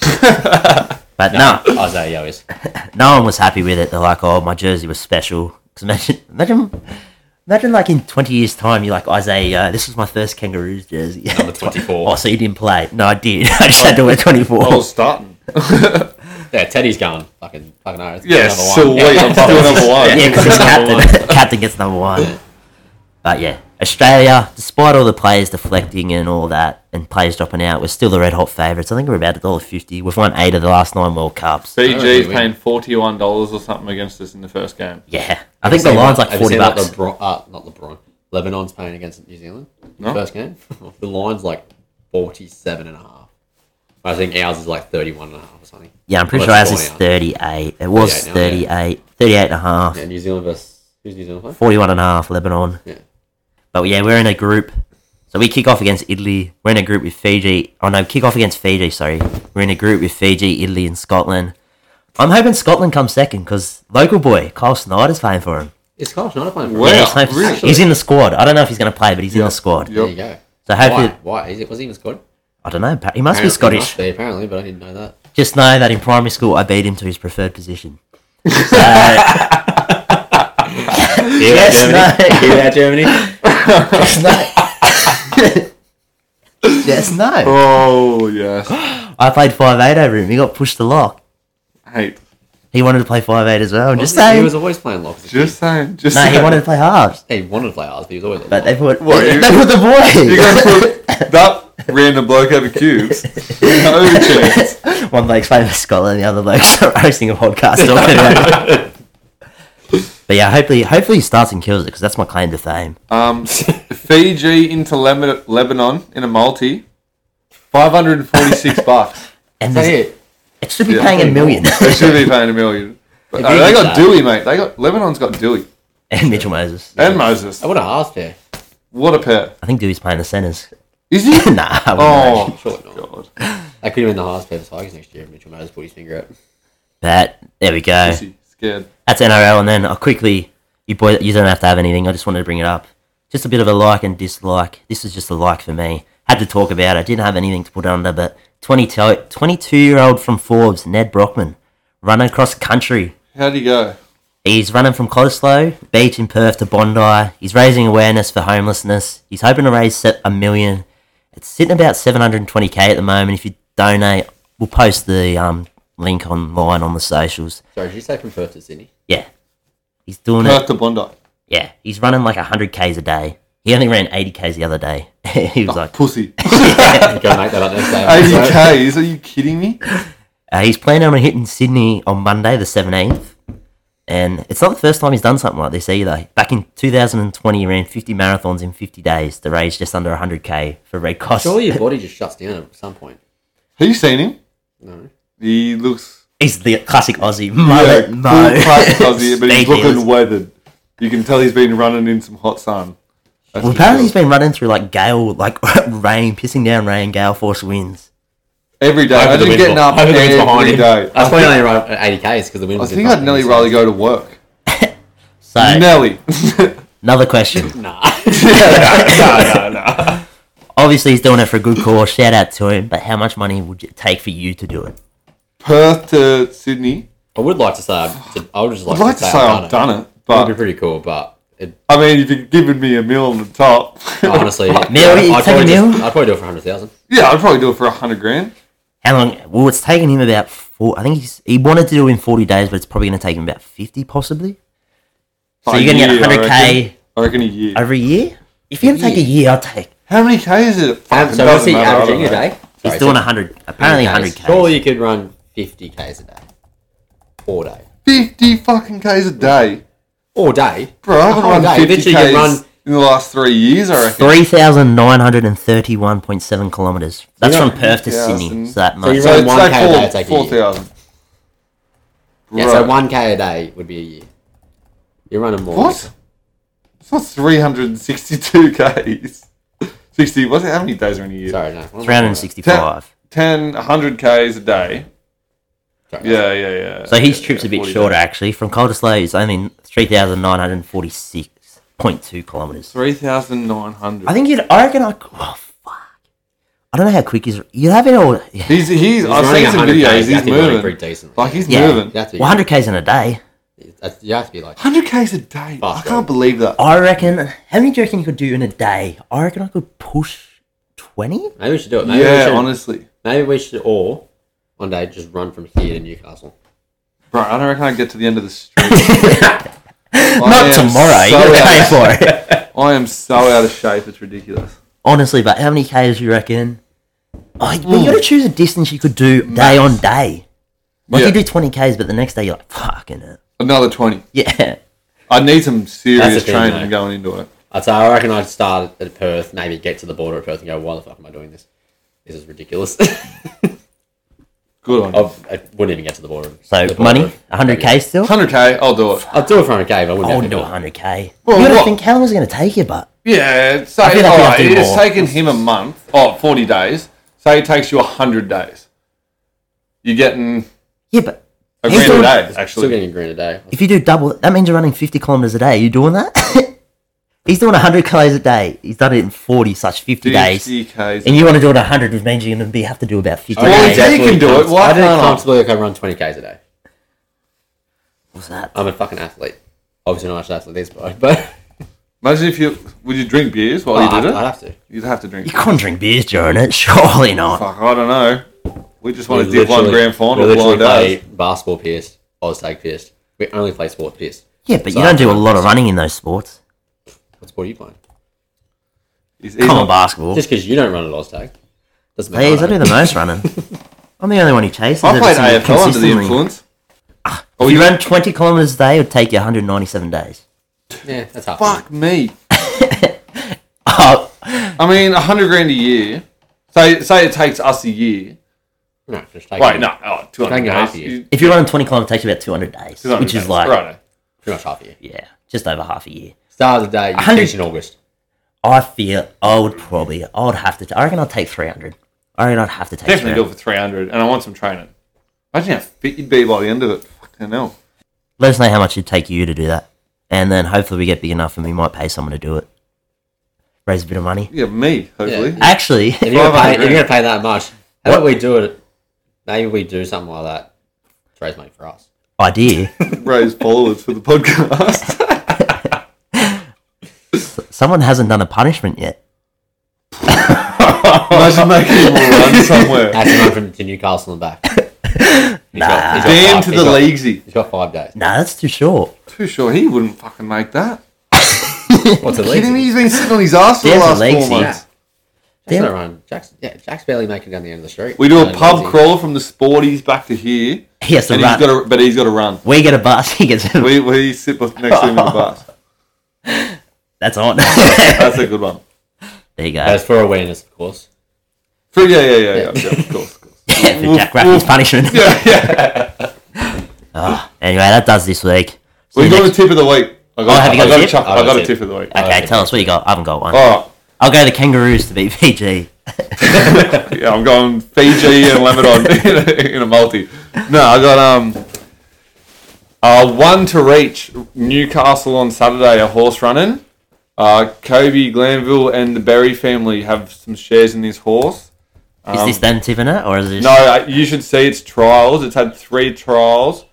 S1: but no,
S2: Isaiah Yo is.
S1: no one was happy with it. They're like, oh, my jersey was special. 'Cause imagine, imagine, imagine, like in twenty years' time, you're like Isaiah. Uh, this was my first Kangaroos jersey.
S2: Number Oh, 24.
S1: oh, so you didn't play? No, I did. I just had to wear twenty four.
S3: I was starting.
S2: Yeah, Teddy's going fucking fucking Irish.
S3: Yeah,
S2: Number one.
S3: so wait, I'm still number one.
S1: Yeah, because he's
S2: Number
S1: captain. captain gets number one. But yeah, Australia, despite all the players deflecting and all that, and players dropping out, we're still the red hot favourites. I think we're about a dollar fifty. We've won eight of the last nine World Cups.
S3: BG's
S2: win.
S3: paying $41 or something against us in the first game.
S1: Yeah, I think the
S2: Seen
S1: line's
S2: what-
S1: like
S2: have
S1: forty
S2: you seen what
S1: bucks.
S2: LeBron, uh, not LeBron. Lebanon's playing against New Zealand.
S3: No.
S2: First game. the line's like 47 and a half. I think ours is like 31 and a half or something.
S1: yeah, I'm pretty
S2: Well,
S1: sure
S2: that's
S1: ours is
S2: gone out.
S1: thirty-eight. It was
S2: 38 now, yeah.
S1: 38, 38 and a half,
S2: Yeah, New Zealand versus who's New Zealand playing?
S1: 41 and a half Lebanon.
S2: Yeah.
S1: But yeah, we're in a group. So we kick off against Italy. We're in a group with Fiji. Oh no, kick off against Fiji. Sorry, we're in a group with Fiji, Italy, and Scotland. I'm hoping Scotland comes second because local boy Kyle Snyder's playing for him.
S2: It's Kyle Schneider playing. for
S3: Wow.
S2: us.
S1: Yeah, he's, playing for-
S3: really?
S1: he's in the squad. I don't know if he's going to play, but he's in the squad.
S2: There
S3: Yep.
S2: you go.
S1: So
S2: Why?
S1: hopefully,
S2: Why? Is it, was he even Scottish?
S1: I don't know. He must be
S2: Apparently-
S1: Scottish.
S2: must be, apparently, but I didn't know that.
S1: Just know that in primary school, I beat him to his preferred position. So, yes, no.
S2: Germany.
S1: Yes, no. yes, no.
S3: Oh, yes.
S1: I played five eight over him. He got pushed to lock.
S3: Hate.
S1: He wanted to play five eight as well. I'm just
S2: He
S1: saying.
S2: was always playing locks.
S3: Just saying. Just
S1: No,
S3: saying.
S1: he wanted to play halves.
S2: he wanted to play ours, but he was always. a
S1: But
S2: lock.
S1: they put,
S3: What,
S1: they
S3: you-
S1: put the
S3: You're
S1: boy.
S3: going to put that random bloke over cubes. No chance.
S1: One bloke's playing for Scotland, the other bloke's hosting a podcast. talking about it. but But yeah, hopefully, hopefully he starts and kills it because that's my claim to fame.
S3: Um, Fiji into Lem- Lebanon in a multi, five hundred and forty-six bucks.
S1: And
S2: That's
S1: there's-
S2: it.
S1: it should be
S3: Yeah.
S1: paying a million.
S3: They should be paying a million. But,
S2: If
S3: no,
S2: he
S3: they
S2: gets
S3: got
S2: that-
S3: Dewey, mate. They got Lebanon's got Dewey
S1: and Mitchell Moses.
S3: and Moses.
S2: I would have asked her.
S3: What a pair!
S1: I think Dewey's playing the centers.
S3: Is he?
S1: nah. I wouldn't know.
S3: Oh
S2: Surely not.
S3: God!
S2: I could have been the highest paid for Tigers next year if Mitchell Moses put his finger out.
S1: But there we go.
S3: Pussy. Scared.
S1: That's NRL, and then I'll quickly. You boy, you don't have to have anything. I just wanted to bring it up. Just a bit of a like and dislike. This is just a like for me. Had to talk about it. Didn't have anything to put under, but 22 year old from Forbes, Ned Brockman, running across country.
S3: How'd he go?
S1: He's running from Cottesloe Beach in Perth to Bondi. He's raising awareness for homelessness. He's hoping to raise se- a million. It's sitting about 720k at the moment. If you donate, we'll post the um, link online on the socials.
S2: Sorry, did you say from Perth to Sydney?
S1: Yeah. He's doing it.
S3: Perth to Bondi.
S1: Yeah, he's running like 100Ks a day. He only ran 80Ks the other day. he
S3: Oh.
S1: was like,
S3: Pussy.
S2: Go make that up next day.
S3: Eighty k's? Are you kidding me?
S1: uh, he's planning on hitting Sydney on Monday, the 17th. And it's not the first time he's done something like this either. Back in 2020, he ran 50 marathons in 50 days to raise just under 100K for Red Cross.
S2: Surely your body just shuts down at some point.
S3: Have you seen him?
S2: No.
S3: He looks
S1: He's the classic Aussie.
S3: yeah,
S1: Mullet,
S3: full
S1: mo.
S3: class Aussie, but
S1: Speed
S3: he's
S1: heels.
S3: looking weathered. You can tell he's been running in some hot sun. That's
S1: Well,
S3: for
S1: apparently he's
S3: sure.
S1: been running through like gale, like rain, pissing down rain, gale force winds.
S3: every day.
S2: Over the
S3: Imagine
S2: wind
S3: getting
S2: block.
S3: up
S2: Over the wind's
S3: every day.
S2: That's
S3: I
S2: why
S3: think,
S2: he only arrived at 80Ks because the wind
S3: I
S2: was in
S3: think
S2: front
S3: I'd
S2: of
S3: Nelly
S2: him.
S3: Riley go to work.
S1: So,
S3: Nelly.
S1: another question.
S2: Nah.
S3: no, no, no.
S1: Obviously, he's doing it for a good cause. Shout out to him. But how much money would it take for you to do it?
S3: Perth to Sydney.
S2: I would like to say I've, to- I would just like,
S3: I'd like to say I've done it,
S2: It would be
S3: but
S2: pretty cool, but it,
S3: I mean, if you've given me a meal on the top,
S2: honestly,
S1: Meal, you take a
S2: probably just-
S1: meal?
S2: I'd probably do it for 100,000.
S3: yeah, I'd probably do it for a hundred grand.
S1: How long? Well, it's taken him about four. I think he's, he wanted to do it in 40 days, but it's probably going to take him about 50 possibly. So
S3: A
S1: you're going to get
S3: year, I
S1: 100K
S3: reckon. I reckon a year.
S1: over a year? If you're going to take a year, I'll take.
S3: How many k is it? Fucking
S2: so what's
S3: doesn't
S2: he
S3: matter, I don't
S2: averaging a
S3: know.
S2: day?
S1: He's doing 100, apparently 100K.
S2: Surely you could run 50Ks a day. All day.
S3: Fifty fucking k's a day,
S2: All day?
S3: bro. I haven't
S2: All
S3: run
S2: day.
S3: fifty
S2: Literally,
S3: k's
S2: you run-
S3: in the last three years. I reckon.
S1: 3,931.7 kilometres. That's
S2: Yeah.
S1: from Perth to Sydney.
S3: 3,000.
S1: So that
S2: you
S1: might.
S3: So
S2: run
S3: it's
S2: one K a day, it's like
S3: like
S2: a
S3: four
S2: year.
S3: thousand.
S2: Yeah, so 1K a day would be a year. You're running more.
S3: What? It's not 362 Ks. 60, what's it, how many days are in a year?
S2: Sorry, no.
S1: 365.
S3: 10, 100 Ks a day.
S2: Sorry.
S3: Yeah, yeah, yeah.
S1: So his
S3: Yeah,
S1: trip's
S3: yeah,
S1: a bit
S3: 40
S1: shorter,
S3: days.
S1: actually. From Coldesloe, it's only 3,946.2 kilometres.
S3: 3,900.
S1: I think you'd. I reckon I. Oh fuck! I don't know how quick he's. You have it all. Yeah.
S3: He's, he's, I've
S2: running
S3: seen some
S2: 100 Ks, you
S3: videos, he's
S2: have to be running
S3: moving.
S2: pretty decently.
S3: Like, he's
S1: Yeah.
S3: moving.
S2: You have to be,
S1: Well, hundred k's in a day.
S2: that's- you have to be like,
S3: 100 Ks a day. I
S2: Fast,
S3: can't believe that.
S1: I reckon. How many do you reckon you could do in a day? I reckon I could push twenty.
S2: maybe we should do it. Maybe we
S3: Yeah,
S2: should,
S3: honestly.
S2: Maybe we should all one day just run from here to Newcastle.
S3: Bro, I don't reckon I'd get to the end of the street. Not
S1: Not tomorrow. eh? you gotta pay for it.
S3: I am so out of shape, it's ridiculous.
S1: Honestly, but how many k's do you reckon? Oh, but you gotta choose a distance you could do day on day. Like
S3: Yeah.
S1: you do twenty k's, but the next day you're like, fucking it.
S3: Another 20.
S1: Yeah.
S3: I need some serious
S2: thing,
S3: training
S2: mate.
S3: going into it.
S2: I'd say I reckon I'd start at Perth, maybe get to the border of Perth and go, why the fuck am I doing this? This is ridiculous.
S3: Good on you.
S2: I've- I wouldn't even get to the border.
S1: So
S2: the border
S1: money,
S2: of-
S1: hundred k still.
S3: 100k, I'll do it.
S2: I'd do it for 100k, but I wouldn't
S1: I
S2: have
S1: wouldn't
S2: to
S1: do
S2: do it.
S1: hundred k.
S3: Well,
S1: you gotta
S3: what-
S1: think how long is it gonna take you, but
S3: Yeah, say
S1: feel like
S3: all
S1: you have
S3: right,
S1: to do
S3: it's
S1: more.
S3: taken him a month, oh, 40 days. Say it takes you 100 days. You're getting
S1: yeah, but
S3: a
S1: He's
S3: grand a
S1: doing-
S3: day,
S2: Still
S3: actually.
S2: getting a grand a day.
S1: If you do double, that means you're running 50 kilometers a day. Are you doing that? He's doing 100 k's a day. He's done it in 40 such 50 days.
S3: 50 Ks.
S1: And you want to do it 100, which means you're going to be, have to do about 50
S2: Okay,
S3: Well,
S1: days.
S3: if he
S2: definitely
S3: can do it,
S2: comfortable.
S3: why
S2: I do
S3: can't I?
S2: comfortably like I run 20k's a day.
S1: What's that?
S2: I'm a fucking athlete. Obviously not much athlete this bloke, but
S3: Imagine if you, would you drink beers while Oh, you
S2: I'd,
S3: did it?
S2: I'd have to.
S3: You'd have to drink.
S1: Oh, You can't drink beers during it. Surely not.
S3: Fuck, I don't know. We just want to
S2: We
S3: dip Oh, one
S2: literally-
S3: grand final
S2: we
S3: blind
S2: literally play
S3: days.
S2: basketball pissed, Oz tag pissed. We only play sport pissed.
S1: Yeah, but you
S2: So-
S1: don't do a lot of running in those sports.
S2: What sport are you playing?
S3: He's, he's
S1: Come on,
S3: not,
S1: basketball.
S2: Just because you don't run an Oz tag doesn't mean
S1: Please,
S2: I
S1: I do
S2: don't.
S1: the most running. I'm the only one who chases.
S3: I
S1: every
S3: played
S1: single-
S3: AFL under the
S1: consistently.
S3: influence.
S1: If you ran 20 kilometers a day, it would take you 197 days.
S2: Yeah, that's half.
S3: Fuck me.
S1: Oh,
S3: I mean, a hundred grand a year. Say, say it takes us a year.
S2: No, just take
S3: Wait,
S2: it.
S3: no, oh, two
S2: Take
S3: hundred
S2: it half
S3: days.
S2: a year.
S3: You-
S1: if you're running 20 kilometers, it takes you about 200 days,
S3: 200
S1: which is
S3: days.
S1: like,
S3: Righto.
S2: Pretty much half a year.
S1: yeah, just over half a year.
S2: Start of the day, you
S1: hundred-
S2: finish in August.
S1: I feel I would probably, I would have to, t- I reckon I'd take 300. I reckon I'd have to take
S3: definitely
S1: 300.
S3: do it for three hundred, and I want some training. Imagine how fit you'd be by the end of it. Fucking hell.
S1: Let us know how much it'd take you to do that. And then hopefully we get big enough and we might pay someone to do it. Raise a bit of money.
S3: Yeah, me. Hopefully.
S1: Actually,
S2: If you're, gonna pay,
S3: 500
S2: if you're gonna pay that much, how about we do it? Maybe we do something like that to raise money for us.
S1: idea.
S3: Raise followers for the podcast.
S1: Someone hasn't done a punishment yet.
S3: Imagine making him run somewhere.
S2: That's the one from to Newcastle and back. He's got- he's got
S3: Damn
S2: five-
S3: to
S2: he's
S3: the
S2: got-
S3: leaguesy.
S2: He's got five days.
S1: Nah, that's too short.
S3: Too sure he wouldn't fucking make that.
S2: What's the
S3: Kidding me?
S2: league?
S3: He's been sitting on his ass for the
S1: There's a
S3: last
S1: leaguesy.
S3: four months.
S2: Jack's
S1: Damn.
S2: not running. Jack's yeah. Jack's barely making it down the end of the street.
S3: We do a
S2: He's
S3: pub
S2: lazy.
S3: crawl from the sporties back to here,
S1: He has to
S3: and he's
S1: run.
S3: got to, but he's got to run.
S1: we get a bus. He gets.
S3: We, we sit next to him in the bus.
S1: that's on.
S3: That's a good one.
S1: there you
S2: That
S1: go.
S2: was for awareness, of course.
S3: For- Yeah, yeah, yeah, yeah, yeah, of course, of course.
S1: For Jack Rafferty's punishment. Oh,
S3: Yeah, yeah.
S1: Anyway, that does this week. See
S3: We
S1: you
S3: got a
S1: next-
S3: tip of the week. I got,
S1: Oh, have you
S3: I
S1: got a
S3: got
S1: tip?
S3: chuck-
S2: I
S3: I
S2: got
S3: got
S2: a
S3: a
S2: tip.
S3: tip of the week.
S1: okay, tell us what you got. I haven't got one.
S3: All
S1: I'll go the kangaroos to beat Fiji.
S3: right. Yeah, I'm going Fiji and Lebanon in, a, in a multi. No, I got um. Uh, one to reach Newcastle on Saturday, a horse running. Uh, Kobe Glanville and the Berry family have some shares in this horse.
S1: Is this them tipping it, or is this?
S3: Um, No, I- you should see its trials. It's had three trials,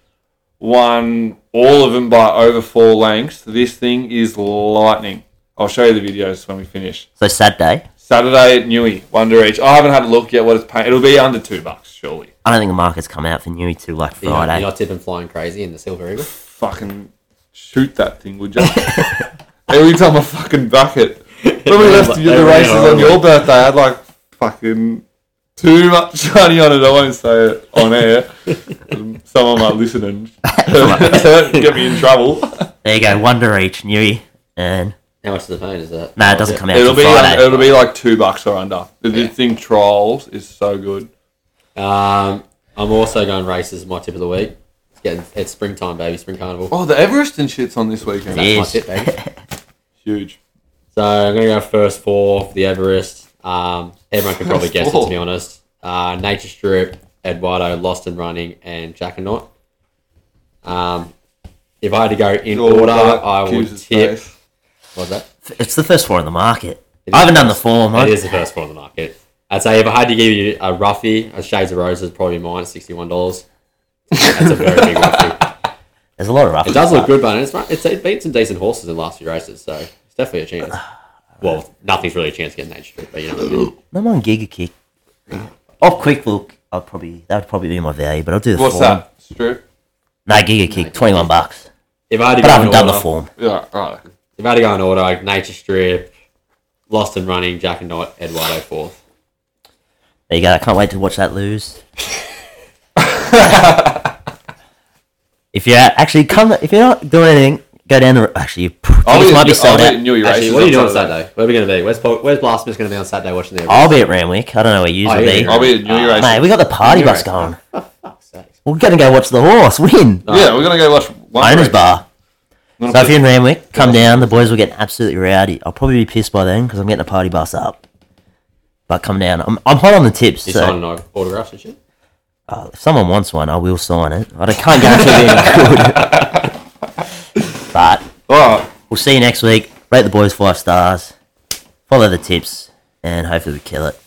S3: won all of them by over four lengths. This thing is lightning. I'll show you the videos when we finish.
S1: So Saturday.
S3: Saturday at Newey, Wonder Each. I haven't had a look yet. What it's paying? It'll be under two bucks, surely.
S1: I don't think the market's come out for Newey till like
S2: You're not,
S1: Friday.
S2: you're not tipping flying crazy in the silver eagle.
S3: Fucking shoot that thing, would you? Every time I fucking back it. When we left
S2: They
S3: the
S2: were
S3: races on
S2: horrible.
S3: your birthday, I had like fucking too much honey on it. I won't say it on air. Um, Someone might listen and get me in trouble.
S1: there you go. Wonder each Newey, and
S2: How much is the phone? Is that?
S1: no, it doesn't come out
S3: It'll
S1: till
S3: be like,
S1: Friday.
S3: it'll be like two bucks or under. This
S2: Yeah.
S3: thing trolls is so good.
S2: Um, I'm also going races. My tip of the week. It's getting it's springtime, baby. Spring carnival.
S3: Oh, the Everest and shit's on this weekend.
S1: Yeah.
S2: That's my
S1: Yes.
S2: tip, baby.
S3: Huge.
S2: So I'm gonna go first four for the Everest. Um, everyone can probably
S3: First
S2: guess it
S3: four.
S2: to be honest. Uh, Nature Strip, Eduardo, Lost and Running, and Jackanaut. Um, if I had to go in order, I would
S3: Hughes'
S2: tip.
S3: face.
S2: What's that?
S1: it's the first one on the market.
S2: It
S1: I haven't
S2: is.
S1: done the form. I,
S2: It is the first one on the market. I'd say if I had to give you a roughie, a Shades of Rose is probably mine, sixty-one dollars. That's a very big roughie.
S1: There's a lot of rough.
S2: It does look good, but it's it's it beat some decent horses in the last few races, so it's definitely a chance. Well, nothing's really a chance against Nature Strip, but you know what I mean.
S1: No one giga kick. Off quick look, I'll probably that would probably be my value, but I'll do the
S3: What's
S1: form.
S3: that? Strip?
S1: No giga kick, twenty one bucks.
S2: If I had to
S1: But I
S2: go
S1: haven't
S2: in
S1: done the
S2: order-
S1: form.
S3: Yeah, right.
S2: If I had to go in order, like Nature Strip, Lost and Running, Jack and Knight, Eduardo fourth.
S1: There you go. I can't wait to watch that lose. if you're at, actually come, if you're not doing anything, go down the. r- Actually, you pr-
S2: Oh,
S3: I'll
S1: tickets
S3: be,
S1: might be
S3: I'll
S1: sold
S3: be
S1: out.
S3: at
S2: Actually,
S3: Newey races
S2: what are you doing
S3: on
S2: on Saturday? Where are we going to be? Where's Paul, Where's Blasphemous going to be on Saturday watching the Ah,
S1: I'll be at Ramwick. I don't know where you will
S2: Oh, yeah,
S1: Oh, be.
S2: you're
S3: I'll be at Newey races.
S1: Mate, we got the party
S2: Newey
S1: bus
S2: race.
S1: going.
S2: Saturday?
S1: We're gonna go watch the horse win.
S3: yeah, we're gonna go watch one
S1: Owners
S3: race.
S1: Uh, bar.
S3: I'm
S1: So if
S3: gonna
S1: you're in Ramwick, come down. The boys will get absolutely rowdy. I'll probably be pissed by then because I'm getting a party bus up. But come down. I'm, I'm hot on the tips.
S2: You
S1: So
S2: signing like, autographs and shit?
S1: uh, if someone wants one, I will sign it. I don't- can't guarantee they're good. but
S3: put- Alright.
S1: we'll see you next week. Rate the boys five stars. Follow the tips, and hopefully we kill it.